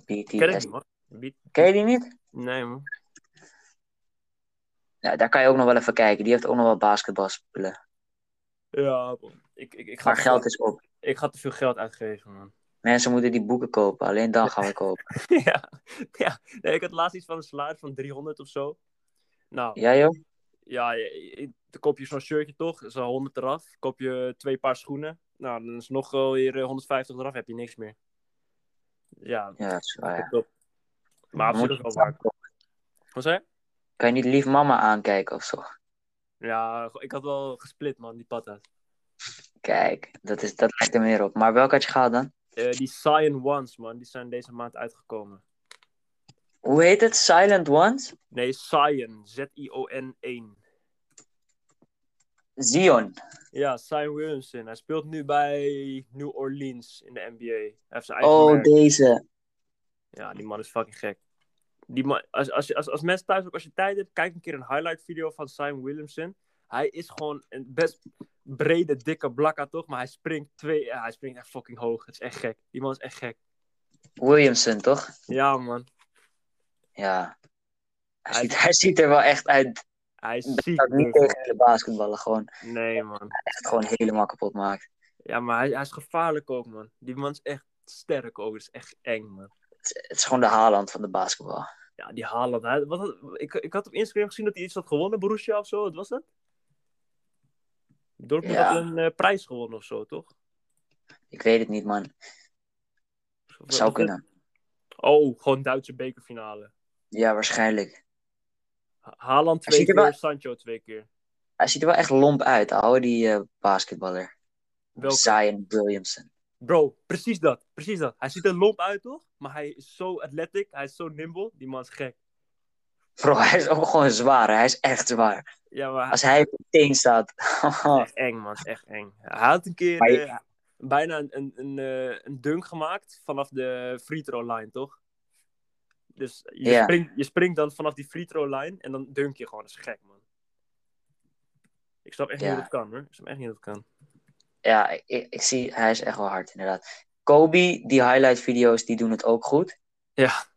Speaker 2: Ken ik
Speaker 1: BTS.
Speaker 2: niet, man. Wie-
Speaker 1: Ken je die niet?
Speaker 2: Nee, man.
Speaker 1: Nou, daar kan je ook nog wel even kijken. Die heeft ook nog wel basketbalspullen.
Speaker 2: Ja, man. Ik, ik, ik, ga
Speaker 1: Maar
Speaker 2: te
Speaker 1: geld
Speaker 2: veel-
Speaker 1: is op.
Speaker 2: ik ga te veel geld uitgeven, man. <laughs>
Speaker 1: Mensen moeten die boeken kopen. Alleen dan gaan we kopen.
Speaker 2: ja. ja. Nee, ik had laatst iets van een salaris van 300 of zo. Nou,
Speaker 1: Ja, joh?
Speaker 2: ja, je- je- dan koop je zo'n shirtje toch? Dat is al 100 eraf. Koop je twee paar schoenen. Nou, dan is nog wel weer eh, 150 eraf. heb je niks meer. Ja,
Speaker 1: Ja, dat is waar. ja.
Speaker 2: top. Maar op
Speaker 1: Dan
Speaker 2: zich
Speaker 1: moet
Speaker 2: is
Speaker 1: je
Speaker 2: wel waar. Wat zei je?
Speaker 1: Kan je niet lief mama aankijken of zo?
Speaker 2: Ja, ik had wel gesplit, man, die patas.
Speaker 1: Kijk, dat, is, dat lijkt er meer op. Maar welke had je gehaald dan?
Speaker 2: Eh, die Cyan Ones, man, die zijn deze maand uitgekomen.
Speaker 1: Hoe heet het? Silent Ones?
Speaker 2: Nee, Zion. Z-I-O-N 1.
Speaker 1: Zion.
Speaker 2: Ja, Zion Williamson. Hij speelt nu bij New Orleans in de NBA. Hij heeft zijn eigen
Speaker 1: Oh,
Speaker 2: merk.
Speaker 1: deze.
Speaker 2: Ja, die man is fucking gek. Die man, als, als, als, als mensen thuis ook als je tijd hebt, kijk een keer een highlight video van Zion Williamson. Hij is gewoon een best brede, dikke blakka, toch? Maar hij springt twee... Ja, hij springt echt fucking hoog. Het is echt gek. Die man is echt gek.
Speaker 1: Williamson, toch?
Speaker 2: Ja, man.
Speaker 1: Ja. Hij
Speaker 2: Hij-
Speaker 1: ziet, <laughs> hij ziet er wel echt uit.
Speaker 2: Hij is
Speaker 1: Dat
Speaker 2: ziek.
Speaker 1: zou ik niet
Speaker 2: bro.
Speaker 1: tegen de basketballen. Gewoon,
Speaker 2: Nee, man.
Speaker 1: echt gewoon helemaal kapot maakt.
Speaker 2: Ja, maar hij, hij is gevaarlijk ook, man. Die man is echt sterk ook. Het is echt eng, man.
Speaker 1: Het, het is gewoon de Haaland van de basketbal.
Speaker 2: Ja, die Haaland. Hij, wat, had- ik, ik had op Instagram gezien dat hij iets had gewonnen, Borussia of zo. Wat was dat? Dortmund
Speaker 1: Ja.
Speaker 2: had een eh, prijs gewonnen of zo, toch?
Speaker 1: Ik weet het niet, man.
Speaker 2: Of-
Speaker 1: Zou
Speaker 2: of-
Speaker 1: kunnen.
Speaker 2: Oh, gewoon Duitse bekerfinale.
Speaker 1: Ja, waarschijnlijk.
Speaker 2: Ha- Haaland
Speaker 1: Hij ziet
Speaker 2: twee
Speaker 1: er
Speaker 2: keer,
Speaker 1: wel-
Speaker 2: Sancho twee keer.
Speaker 1: Hij ziet er wel echt lomp uit, ouwe, die eh, basketballer.
Speaker 2: Welke?
Speaker 1: Zion Williamson.
Speaker 2: Bro, precies dat. Precies dat. Hij ziet er lomp uit, toch? Maar hij is zo athletic. Hij is zo nimble. Die man is gek.
Speaker 1: Bro, <laughs> hij is ook gewoon zwaar. hè. Hij is echt zwaar.
Speaker 2: Ja, maar hij
Speaker 1: Als hij op de teen staat. <laughs>
Speaker 2: is echt eng, man. Is echt eng. Hij had een keer
Speaker 1: Ah. Maar je-
Speaker 2: eh, bijna een, een, een, eh, een dunk gemaakt vanaf de free throw line, toch? Dus je,
Speaker 1: Ja.
Speaker 2: springt, je springt dan vanaf die free throw line en dan dunk je gewoon. Dat is gek, man. Ik snap echt
Speaker 1: Ja.
Speaker 2: niet hoe dat kan, hoor. Ik snap echt niet hoe dat kan.
Speaker 1: ja, ik, ik zie, hij is echt wel hard, inderdaad. Kobe, die highlight video's, die doen het ook goed.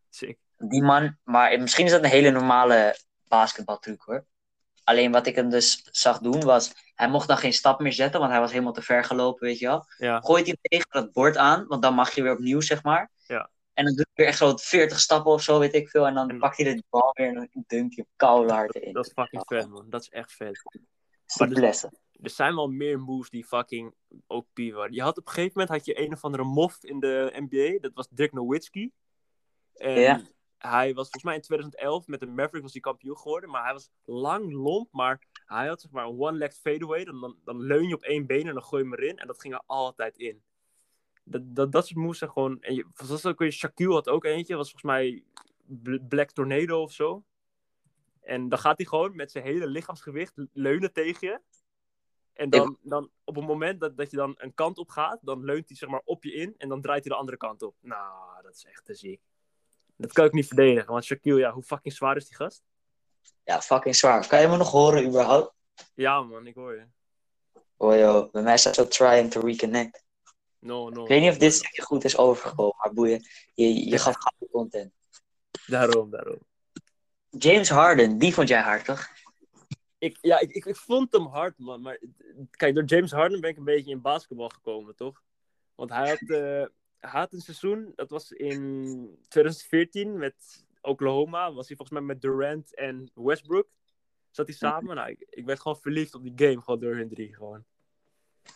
Speaker 2: Sick.
Speaker 1: Die man, maar misschien is dat een hele normale basketbaltruc hoor. Alleen wat ik hem dus zag doen was, hij mocht dan geen stap meer zetten, want hij was helemaal te ver gelopen, weet je wel.
Speaker 2: Ja.
Speaker 1: Gooit hij tegen dat bord aan, want dan mag je weer opnieuw, zeg maar.
Speaker 2: Ja.
Speaker 1: En dan doet hij weer echt zo'n 40 stappen of zo, weet ik veel. En dan
Speaker 2: En-
Speaker 1: pakt hij de bal weer en dan dunkt hij hem koude hard in.
Speaker 2: Dat is fucking vet, dus- man. Dat is echt vet.
Speaker 1: Dat is lessen.
Speaker 2: Er zijn wel meer moves die fucking OP waren. Je had op een gegeven moment had je een of andere mof in de NBA. Dat was Dirk Nowitzki. En
Speaker 1: Ja.
Speaker 2: hij was volgens mij in 2011 met de Mavericks was hij kampioen geworden. Maar hij was lang lomp. Maar hij had zeg maar een one-leg fadeaway. Dan, dan, dan leun je op één been en dan gooi je hem erin. En dat ging er altijd in. Dat, dat, dat soort moves zijn gewoon... En je, zoals ook weer Shaquille had ook eentje. was volgens mij Bl- Black Tornado of zo. En dan gaat hij gewoon met zijn hele lichaamsgewicht leunen tegen je. En dan, dan op het moment dat, dat je dan een kant op gaat, dan leunt hij zeg maar op je in en dan draait hij de andere kant op. Nou, dat is echt te ziek. Dat kan ik niet verdedigen, want Shaquille, ja, hoe fucking zwaar is die gast?
Speaker 1: Ja, fucking zwaar. Kan je me nog horen überhaupt?
Speaker 2: Ja man, ik hoor je.
Speaker 1: Oh joh, bij mij staat zo trying to reconnect.
Speaker 2: No, no.
Speaker 1: Ik weet niet of dit stukje goed is overgekomen, maar boeien. Je, je gaf gouden content.
Speaker 2: Daarom, daarom.
Speaker 1: James Harden, die vond jij hard, toch?
Speaker 2: Ik, ja, ik, ik, ik vond hem hard man, maar kijk, door James Harden ben ik een beetje in basketbal gekomen, toch? Want hij had, eh, hij had een seizoen, dat was in 2014 met Oklahoma, was hij volgens mij met Durant en Westbrook. Zat hij
Speaker 1: Mhm.
Speaker 2: samen? Nou, ik, ik werd gewoon verliefd op die game, gewoon door hun drie. Gewoon,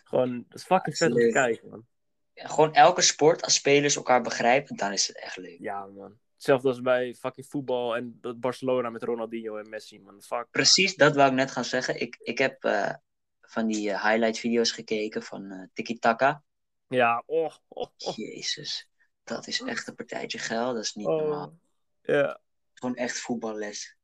Speaker 2: gewoon dat is fucking vet om te kijken, man.
Speaker 1: Gewoon elke sport, als spelers elkaar begrijpen, dan is het echt leuk.
Speaker 2: Ja, man. Hetzelfde als bij fucking voetbal en dat Barcelona met Ronaldinho en Messi, man. Fuck.
Speaker 1: Precies, dat wou ik net gaan zeggen. Ik, ik heb eh, van die eh, highlight video's gekeken van eh Tiki Taka.
Speaker 2: Ja, oh, oh, oh.
Speaker 1: Jezus, dat is echt een partijtje geil. Dat is niet normaal.
Speaker 2: oh. Ja.
Speaker 1: Gewoon echt voetballes.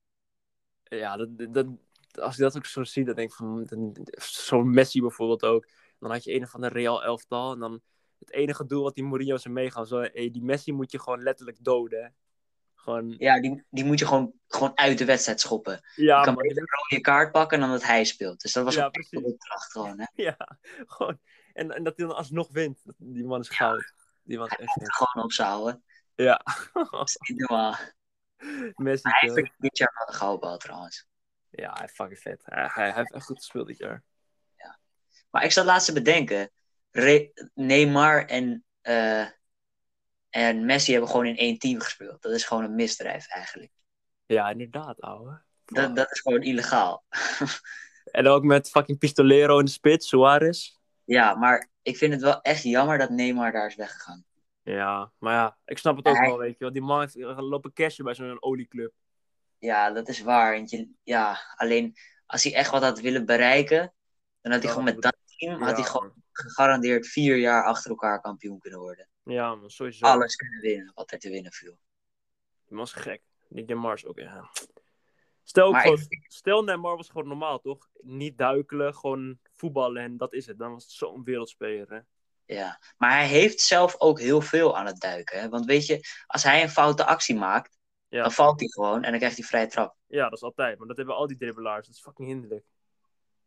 Speaker 2: Ja, dat, dat, als je dat ook zo ziet, dan denk ik van dan- zo'n Messi bijvoorbeeld ook. Dan had je een of ander Real elftal en dan het enige doel wat die Mourinho ze meegaan, zo, hey, die Messi moet je gewoon letterlijk doden. hè. Gewoon,
Speaker 1: Ja, die, die moet je gewoon, gewoon uit de wedstrijd schoppen.
Speaker 2: ja,
Speaker 1: je kan
Speaker 2: man,
Speaker 1: beter een rode kaart pakken dan dat hij speelt. Dus dat was
Speaker 2: Ja,
Speaker 1: ook echt
Speaker 2: precies.
Speaker 1: de kracht gewoon. Hè?
Speaker 2: <laughs> ja, gewoon. En, en dat hij dan alsnog wint. Die man is goud. Die man is echt goud.
Speaker 1: Gewoon op z'n ouwe.
Speaker 2: Ja,
Speaker 1: Dat is niet normaal.
Speaker 2: Messi.
Speaker 1: Hij
Speaker 2: kill.
Speaker 1: heeft dit jaar wel een gouden bal trouwens.
Speaker 2: Ja, hij is fucking vet. Hij, hij, hij heeft echt goed gespeeld dit jaar.
Speaker 1: Maar ik zat laatst te bedenken. Re- Neymar en, eh, en Messi hebben gewoon in één team gespeeld. Dat is gewoon een misdrijf eigenlijk.
Speaker 2: Ja, inderdaad, ouwe.
Speaker 1: Dat, dat is gewoon illegaal.
Speaker 2: En ook met fucking Pistolero in de spits, Suarez.
Speaker 1: Ja, maar ik vind het wel echt jammer dat Neymar daar is weggegaan.
Speaker 2: Ja, maar ja, ik snap het ook
Speaker 1: Hij-
Speaker 2: wel, weet je wel. Die man heeft eh, lopen cashen bij zo'n olieclub.
Speaker 1: Ja, dat is waar. Want je, ja, alleen als hij echt wat had willen bereiken, dan had hij
Speaker 2: Ja,
Speaker 1: gewoon met
Speaker 2: dat-
Speaker 1: dat team had
Speaker 2: ja,
Speaker 1: hij gewoon
Speaker 2: man.
Speaker 1: gegarandeerd vier jaar achter elkaar kampioen kunnen worden.
Speaker 2: Ja, man, sowieso.
Speaker 1: Alles kunnen winnen, wat er te winnen viel.
Speaker 2: Die man is gek. Die Neymar is ook, ja. Stel, ook
Speaker 1: Maar
Speaker 2: gewoon, stel Neymar was gewoon normaal, toch? Niet duikelen, gewoon voetballen en dat is het. Dan was het zo'n wereldspeler, hè.
Speaker 1: Ja, maar hij heeft zelf ook heel veel aan het duiken. Hè? Want weet je, als hij een foute actie maakt,
Speaker 2: Ja.
Speaker 1: dan valt hij gewoon en dan krijgt hij vrije trap.
Speaker 2: Ja, dat is altijd. Maar dat hebben al die dribbelaars. Dat is fucking hinderlijk.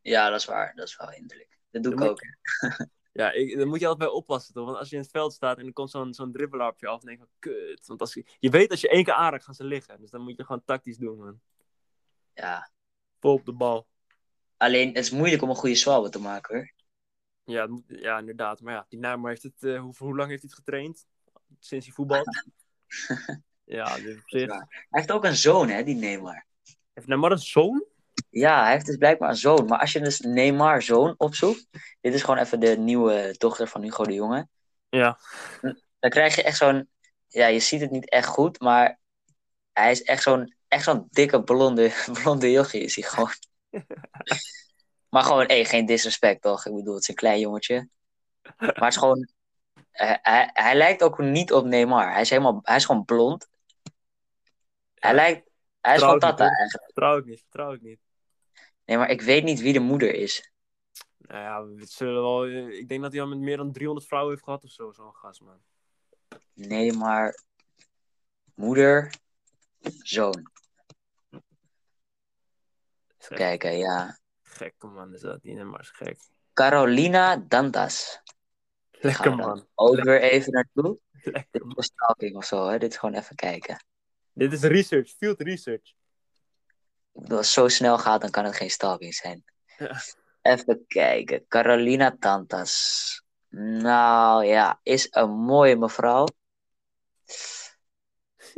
Speaker 1: Ja, dat is waar. Dat is wel hinderlijk. Dat doe
Speaker 2: Dan
Speaker 1: ik ook.
Speaker 2: moet-
Speaker 1: <laughs> hè.
Speaker 2: Ja, ik, daar moet je altijd bij oppassen, toch? Want als je in het veld staat en er komt zo'n zo'n dribbelaar op je af, dan denk je van, kut. Want als je, je weet als je één keer aanraakt, gaan ze liggen. Dus dan moet je gewoon tactisch doen, man.
Speaker 1: Ja.
Speaker 2: Vol op de bal.
Speaker 1: Alleen, het is moeilijk om een goede swalbe te maken hoor.
Speaker 2: Ja, het moet- ja, inderdaad. Maar ja, die Neymar heeft het... eh, hoe, hoe lang heeft hij het getraind? Sinds hij voetbalt? ja, dus op zich.
Speaker 1: Hij heeft ook een zoon, hè, die Neymar.
Speaker 2: Heeft Neymar een zoon?
Speaker 1: Ja, hij heeft dus blijkbaar een zoon. Maar als je dus Neymar zoon opzoekt, dit is gewoon even de nieuwe dochter van Hugo de Jonge.
Speaker 2: Ja.
Speaker 1: Dan krijg je echt zo'n, ja, je ziet het niet echt goed, maar hij is echt zo'n, echt zo'n dikke blonde, <laughs> blonde jochie is hij
Speaker 2: <laughs>
Speaker 1: gewoon. maar gewoon, hé, geen disrespect toch? Ik bedoel, het is een klein jongetje. Maar het is gewoon, eh, hij, hij lijkt ook niet op Neymar. Hij is helemaal, hij is gewoon blond. Hij lijkt, hij is gewoon
Speaker 2: Trouwens,
Speaker 1: Tata
Speaker 2: natuurlijk.
Speaker 1: eigenlijk.
Speaker 2: Vertrouw ik niet, vertrouw ik niet.
Speaker 1: Nee, maar ik weet niet wie de moeder is.
Speaker 2: Nou ja, we zullen wel, eh, ik denk dat hij al met meer dan 300 vrouwen heeft gehad of zo, zo'n gast, man.
Speaker 1: Nee, maar moeder, zoon.
Speaker 2: Is echt
Speaker 1: Kijken, ja.
Speaker 2: Gekke man is dat, die maar is gek.
Speaker 1: Carolina Dantas.
Speaker 2: Lekker
Speaker 1: we dan.
Speaker 2: man,
Speaker 1: Ook weer even naartoe.
Speaker 2: lekker
Speaker 1: Dit
Speaker 2: man.
Speaker 1: is stalking of zo, hè? Dit is gewoon even kijken.
Speaker 2: Dit is research, field research.
Speaker 1: Ik bedoel, Als het zo snel gaat, dan kan het geen stalking zijn.
Speaker 2: Ja.
Speaker 1: Even kijken. Carolina Dantas. Nou ja, is een mooie mevrouw.
Speaker 2: <laughs>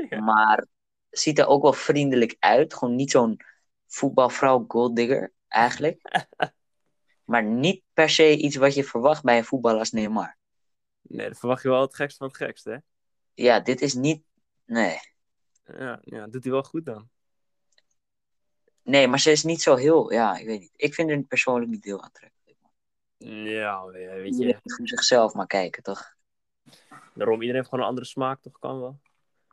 Speaker 2: Ja.
Speaker 1: Maar ziet er ook wel vriendelijk uit. Gewoon niet zo'n voetbalvrouw golddigger, eigenlijk.
Speaker 2: <laughs>
Speaker 1: maar niet per se iets wat je verwacht bij een voetballer als Neymar.
Speaker 2: Nee, dan verwacht je wel het gekste van het gekste, hè?
Speaker 1: Ja, dit is niet... Nee.
Speaker 2: Ja, ja doet hij wel goed dan.
Speaker 1: Nee, maar ze is niet zo heel... Ja, ik weet niet. Ik vind haar persoonlijk niet heel aantrekkelijk.
Speaker 2: Ja, weet
Speaker 1: Iedereen
Speaker 2: je.
Speaker 1: moet voor zichzelf maar kijken, toch?
Speaker 2: Daarom, iedereen heeft gewoon een andere smaak, toch? Kan wel. <laughs>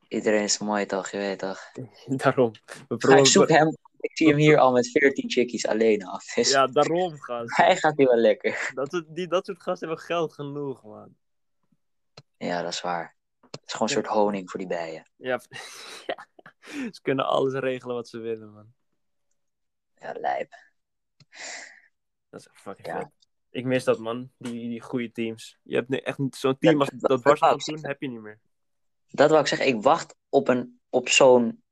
Speaker 1: Iedereen is mooi, toch? Je weet toch?
Speaker 2: Daarom. We
Speaker 1: Ga ik
Speaker 2: proberen-
Speaker 1: zoek hem... Ik zie hem hier al met 14 chickies alleen af. <laughs> Dus
Speaker 2: Ja, daarom, gast.
Speaker 1: hij gaat hier wel lekker. <laughs>
Speaker 2: Dat, soort- die, dat soort gasten hebben geld genoeg, man.
Speaker 1: Ja, dat is waar. Het is gewoon een soort honing voor die bijen.
Speaker 2: Ja, <laughs> ja. ze kunnen alles regelen wat ze willen, man.
Speaker 1: Ja, lijp.
Speaker 2: Dat is echt fucking
Speaker 1: Ja.
Speaker 2: vet. Ik mis dat, man. Die, die goede teams. Je hebt nu echt niet- zo'n
Speaker 1: Ja,
Speaker 2: team als
Speaker 1: dat-
Speaker 2: dat
Speaker 1: dat
Speaker 2: Barca
Speaker 1: wou
Speaker 2: van
Speaker 1: ik
Speaker 2: toen,
Speaker 1: zeggen.
Speaker 2: heb je niet meer.
Speaker 1: Dat wou ik zeggen. Ik wacht op, een, op zo'n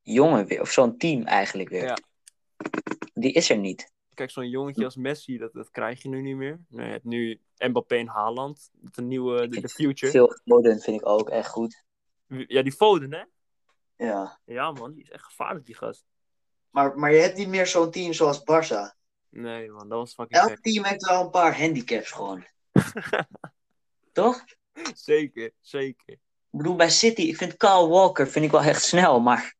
Speaker 1: jongen weer. Of zo'n team eigenlijk weer.
Speaker 2: Ja.
Speaker 1: Die is er niet.
Speaker 2: Kijk, zo'n jongetje als Messi, dat, dat krijg je nu niet meer. Nee, je hebt nu Mbappé en Haaland. De nieuwe, de, de future.
Speaker 1: Veel Foden vind ik ook echt goed.
Speaker 2: Ja, die Foden, hè?
Speaker 1: Ja.
Speaker 2: Ja, man. Die is echt gevaarlijk, die gast.
Speaker 1: Maar, maar je hebt niet meer zo'n team zoals Barça.
Speaker 2: Nee, man. Dat was fucking
Speaker 1: Elk
Speaker 2: gek.
Speaker 1: team heeft wel een paar handicaps
Speaker 2: <laughs>
Speaker 1: gewoon. Toch?
Speaker 2: Zeker, zeker.
Speaker 1: Ik bedoel, bij City, ik vind Kyle Walker vind ik wel echt snel, maar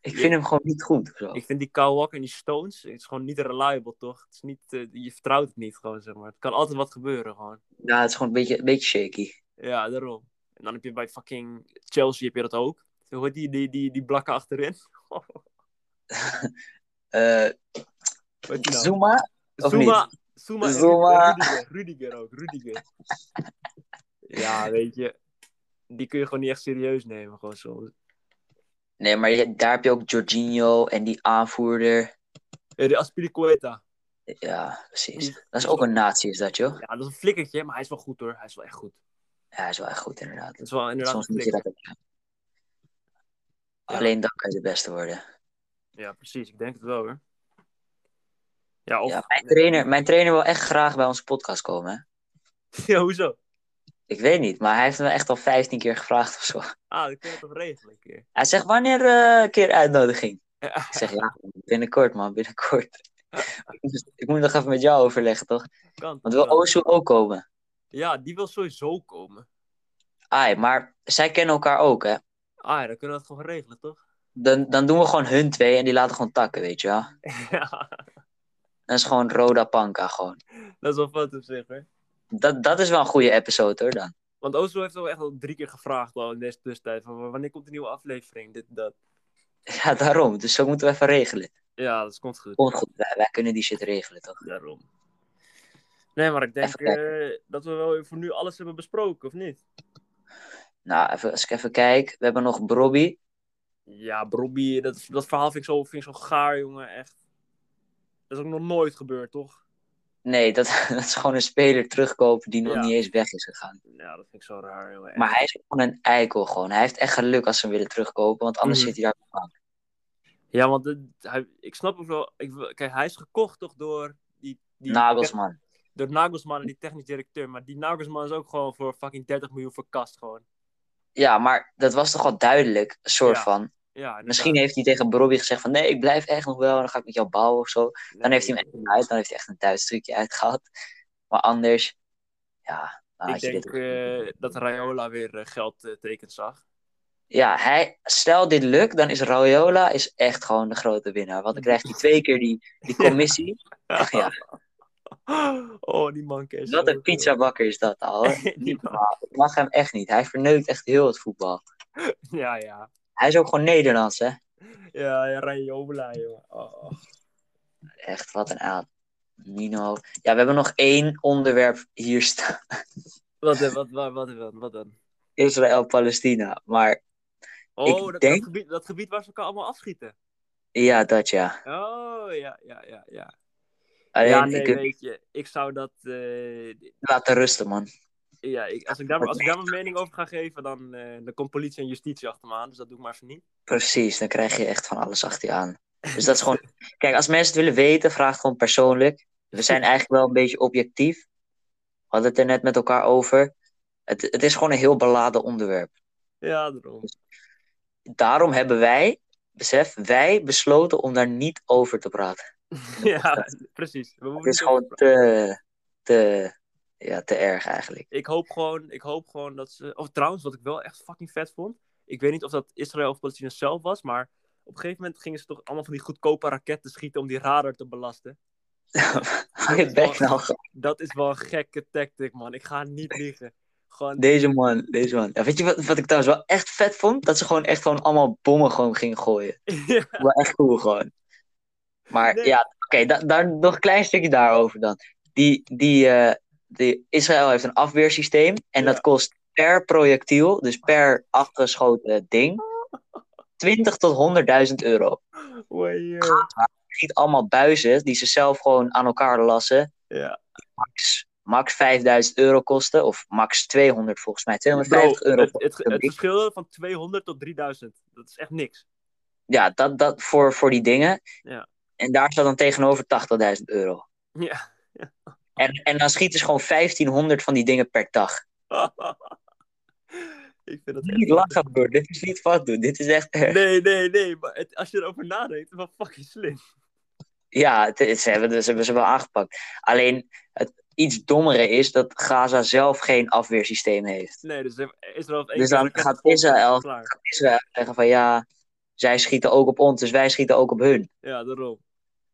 Speaker 1: ik
Speaker 2: Ja.
Speaker 1: vind hem gewoon niet goed. of zo.
Speaker 2: Ik vind die Kyle Walker en die Stones, het is gewoon niet reliable, toch? Het is niet, eh, je vertrouwt het niet, gewoon, zeg maar. Het kan altijd wat gebeuren, gewoon.
Speaker 1: Ja, Nou, het is gewoon een beetje, een beetje shaky.
Speaker 2: Ja, daarom. En dan heb je bij fucking Chelsea heb je dat ook. Hoor die, die, die, die blakken achterin.
Speaker 1: Eh
Speaker 2: Wat die nou?
Speaker 1: Zuma? of
Speaker 2: Zuma. Zuma. en
Speaker 1: Zuma.
Speaker 2: Rudiger, Rudiger ook, Rudiger. ja, weet je. Die kun je gewoon niet echt serieus nemen, gewoon zo.
Speaker 1: Nee, maar je- daar heb je ook Jorginho en die aanvoerder.
Speaker 2: Eh, De Aspilicueta.
Speaker 1: Ja, precies. Dat is ook een nazi, is dat joh?
Speaker 2: Ja, dat is een flikkertje, maar hij is wel goed hoor. Hij is wel echt goed.
Speaker 1: Ja, hij is wel echt goed inderdaad.
Speaker 2: Dat is wel inderdaad
Speaker 1: Soms
Speaker 2: een
Speaker 1: moet je
Speaker 2: flikker.
Speaker 1: dat ook hebben. Alleen dan kan je de beste worden.
Speaker 2: Ja, precies. Ik denk het wel hoor. Ja, of... <laughs>
Speaker 1: Ja, mijn, trainer, mijn trainer wil echt graag bij onze podcast komen. Hè?
Speaker 2: Ja, hoezo?
Speaker 1: Ik weet niet, maar hij heeft me echt al 15 keer gevraagd of zo.
Speaker 2: Ah, dan kun je het toch regelen een keer.
Speaker 1: Hij zegt, wanneer eh, een keer uitnodiging?
Speaker 2: Ja.
Speaker 1: Ik zeg, ja, binnenkort man, binnenkort. Dus ik moet nog even met jou overleggen, toch?
Speaker 2: Kan,
Speaker 1: Want wil
Speaker 2: kan.
Speaker 1: Ozu ook komen?
Speaker 2: Ja, die wil sowieso komen.
Speaker 1: Ai, maar zij kennen elkaar ook, hè?
Speaker 2: Ah, ja, dan kunnen we dat gewoon regelen, toch? <laughs>
Speaker 1: Dan, dan doen we gewoon hun twee en die laten gewoon takken, weet je wel?
Speaker 2: ja,
Speaker 1: Dat is gewoon Roda Panka, gewoon.
Speaker 2: dat is wel fout op zich, hè?
Speaker 1: Dat, dat is wel een goede episode, hoor, dan. <laughs>
Speaker 2: Want Ozo heeft al echt al drie keer gevraagd al in deze tussentijd. Van, wanneer komt de nieuwe aflevering? Dit, dat.
Speaker 1: Ja, daarom. Dus zo moeten we even regelen.
Speaker 2: Ja, dat komt goed.
Speaker 1: Komt goed, wij, wij kunnen die shit regelen, toch?
Speaker 2: Daarom. Nee, maar ik denk
Speaker 1: Even kijken.
Speaker 2: eh, dat we wel voor nu alles hebben besproken, of niet?
Speaker 1: Nou, even, als ik even kijk. We hebben nog Brobby.
Speaker 2: Ja, Robbie, dat, dat verhaal vind ik, zo, vind ik zo gaar, jongen, echt. Dat is ook nog nooit gebeurd, toch?
Speaker 1: Nee, dat, <laughs> dat is gewoon een speler terugkopen die nog
Speaker 2: Ja.
Speaker 1: niet eens weg is gegaan.
Speaker 2: Ja, dat vind ik zo raar, jongen. echt.
Speaker 1: Maar hij is gewoon een eikel, gewoon. Hij heeft echt geluk als ze hem willen terugkopen, want anders
Speaker 2: Mhm.
Speaker 1: zit hij daar op aan.
Speaker 2: Ja, want het- hij, ik snap ook wel. Ik, wil- kijk, hij is gekocht toch door die, die
Speaker 1: Nagelsman.
Speaker 2: door Nagelsman en die technisch directeur. Maar die Nagelsman is ook gewoon voor fucking 30 miljoen verkast gewoon.
Speaker 1: Ja, maar dat was toch wel duidelijk, een soort
Speaker 2: Ja.
Speaker 1: van.
Speaker 2: Ja,
Speaker 1: Misschien heeft hij tegen Bobby gezegd van nee, ik blijf echt nog wel en dan ga ik met jou bouwen of zo. Dan heeft hij hem echt niet uit, dan heeft hij echt een Duits trucje uitgehaald. Maar anders, ja, dan
Speaker 2: Ik
Speaker 1: had Ah, je
Speaker 2: denk
Speaker 1: dit...
Speaker 2: eh, dat Raiola weer eh, geld eh, tekens zag.
Speaker 1: Ja, hij, stel dit lukt, dan is Raiola is echt gewoon de grote winnaar. Want dan krijgt hij twee keer die,
Speaker 2: <laughs>
Speaker 1: die commissie. Ja.
Speaker 2: Oh, die man is
Speaker 1: Wat een pizzabakker is dat
Speaker 2: <laughs>
Speaker 1: al. hoor. Niet normaal. Ik mag hem echt niet. Hij verneukt echt heel het voetbal.
Speaker 2: Ja, ja.
Speaker 1: Hij is ook gewoon Nederlands, hè?
Speaker 2: Ja, ja Raiola, jongen. Oh.
Speaker 1: Echt, wat een aan. Nino. Ja, we hebben nog één onderwerp hier staan. <laughs>
Speaker 2: Wat, eh, wat, wat, wat, wat, wat dan?
Speaker 1: Israël-Palestina. Maar
Speaker 2: Oh,
Speaker 1: Ik
Speaker 2: dat, dat
Speaker 1: denk-
Speaker 2: gebied, dat gebied waar ze elkaar allemaal afschieten.
Speaker 1: ja, dat ja.
Speaker 2: Oh, ja, ja, ja, ja.
Speaker 1: Alleen,
Speaker 2: ja, nee,
Speaker 1: ik
Speaker 2: weet je, ik zou dat... eh,
Speaker 1: laten rusten, man.
Speaker 2: ja, ik, als, ik daar, als ik daar mijn mening over ga geven, dan, eh, dan komt politie en justitie achter me aan. Dus dat doe ik maar even niet.
Speaker 1: Precies, dan krijg je echt van alles achter je aan. Dus dat is
Speaker 2: <laughs>
Speaker 1: gewoon... Kijk, als mensen het willen weten, vraag gewoon persoonlijk. We
Speaker 2: <laughs>
Speaker 1: zijn eigenlijk wel een beetje objectief. We hadden het er net met elkaar over. Het, het is gewoon een heel beladen onderwerp.
Speaker 2: Ja, daarom.
Speaker 1: daarom hebben wij, besef, wij besloten om daar niet over te praten.
Speaker 2: <laughs> Ja, precies. We
Speaker 1: Het
Speaker 2: hoeven
Speaker 1: is
Speaker 2: niet over
Speaker 1: gewoon
Speaker 2: te
Speaker 1: te, te, ja, te erg eigenlijk.
Speaker 2: ik hoop gewoon, ik hoop gewoon dat ze. Of trouwens, wat ik wel echt fucking vet vond. Ik weet niet of dat Israël of Palestina zelf was, maar op een gegeven moment gingen ze toch allemaal van die goedkope raketten schieten om die radar te belasten.
Speaker 1: <laughs> Hou je bek nou. gewoon.
Speaker 2: Dat is wel een gekke tactic, man. Ik ga niet liegen. Gewoon,
Speaker 1: Deze man, deze man. Ja, weet je wat, wat ik trouwens wel echt vet vond? Dat ze gewoon echt gewoon allemaal bommen gewoon gingen
Speaker 2: <laughs>
Speaker 1: gooien.
Speaker 2: <laughs> ja,
Speaker 1: Wel echt cool gewoon. Maar
Speaker 2: Nee.
Speaker 1: ja, oké, da- daar, nog een klein stukje daarover dan. Die, die, eh, die, Israël heeft een afweersysteem en
Speaker 2: Ja.
Speaker 1: dat kost per projectiel, dus per afgeschoten
Speaker 2: <laughs>
Speaker 1: ding, 20 tot 100.000 euro.
Speaker 2: oei, joh.
Speaker 1: schiet allemaal buizen die ze zelf gewoon aan elkaar lassen.
Speaker 2: ja.
Speaker 1: Max, max 5000 euro kosten, of max 200 volgens mij. 250
Speaker 2: Bro,
Speaker 1: euro.
Speaker 2: Het, het, het
Speaker 1: publiek.
Speaker 2: verschil van 200 tot 3000. Dat is echt niks. <laughs>
Speaker 1: Ja, dat, dat voor, voor die dingen.
Speaker 2: Ja.
Speaker 1: En daar staat dan tegenover 80.000 euro.
Speaker 2: Ja.
Speaker 1: En, en dan schieten ze gewoon 1500 van die dingen per dag.
Speaker 2: ik vind dat echt
Speaker 1: Niet lachen, broer. Dit is niet wat doen. Dit is echt.
Speaker 2: Nee, nee, nee. Maar het- als je erover nadenkt, is het wel fucking slim.
Speaker 1: Ja, het is, ze, hebben, ze hebben ze wel aangepakt. Alleen het iets dommere is dat Gaza zelf geen afweersysteem heeft.
Speaker 2: Nee, dus Israël heeft één
Speaker 1: Dus
Speaker 2: keer
Speaker 1: dan
Speaker 2: raket
Speaker 1: gaat
Speaker 2: gevonden, dan is het
Speaker 1: Israël-
Speaker 2: klaar.
Speaker 1: Israël zeggen van ja, zij schieten ook op ons, dus wij schieten ook op hun.
Speaker 2: Ja, daarom.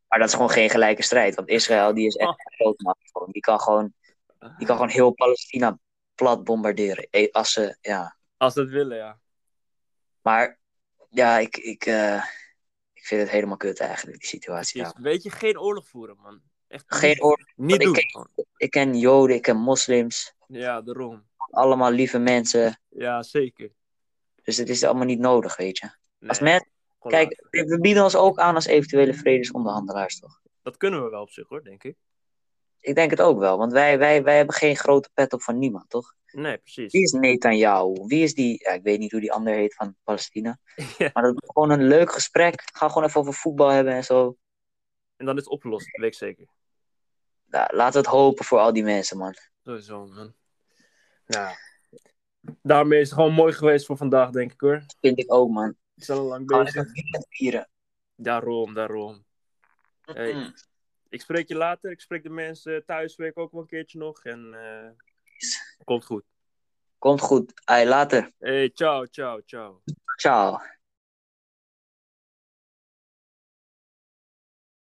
Speaker 1: Maar dat is gewoon geen gelijke strijd. Want Israël die is echt
Speaker 2: Oh.
Speaker 1: een grootmacht. gewoon. Die kan gewoon, die kan gewoon heel Palestina plat bombarderen. Eh, Als ze, ja.
Speaker 2: Als ze dat willen, ja.
Speaker 1: Maar ja, ik, ik, eh, ik vind het helemaal kut eigenlijk, die situatie.
Speaker 2: Precies.
Speaker 1: daar.
Speaker 2: Weet je, geen oorlog voeren, man. Echt
Speaker 1: Geen
Speaker 2: niet,
Speaker 1: oorlog.
Speaker 2: niet
Speaker 1: ik
Speaker 2: doen.
Speaker 1: ken-
Speaker 2: gewoon.
Speaker 1: Ik ken Joden, ik ken moslims.
Speaker 2: Ja, daarom.
Speaker 1: Allemaal lieve mensen.
Speaker 2: Ja, zeker.
Speaker 1: Dus het is allemaal niet nodig, weet je.
Speaker 2: Nee,
Speaker 1: Als men,
Speaker 2: gewoon
Speaker 1: kijk,
Speaker 2: laten.
Speaker 1: we bieden ons ook aan als eventuele vredesonderhandelaars, toch?
Speaker 2: Dat kunnen we wel op zich, hoor, denk ik.
Speaker 1: Ik denk het ook wel, want wij, wij, wij hebben geen grote pet op van niemand, toch?
Speaker 2: Nee, precies.
Speaker 1: Wie is Netanyahu? Wie is die, ja, ik weet niet hoe die ander heet van Palestina.
Speaker 2: <laughs> Ja.
Speaker 1: Maar dat is gewoon een leuk gesprek. Ga gewoon even over voetbal hebben en zo.
Speaker 2: En dan is het opgelost, dat weet ik zeker.
Speaker 1: Nou, laten we het hopen voor al die mensen, man.
Speaker 2: Sowieso, man. Ja. Daarmee is het gewoon mooi geweest voor vandaag, denk ik, hoor.
Speaker 1: Vind ik ook, man.
Speaker 2: We zijn al lang
Speaker 1: Gaan we
Speaker 2: bezig.
Speaker 1: even weekend vieren.
Speaker 2: Daarom, daarom. Hey.
Speaker 1: Mm.
Speaker 2: Ik spreek je later. Ik spreek de mensen thuis, weet ik ook wel een keertje nog. En eh komt goed.
Speaker 1: Komt goed. Hey, later.
Speaker 2: Hey, ciao, ciao, ciao.
Speaker 1: Ciao.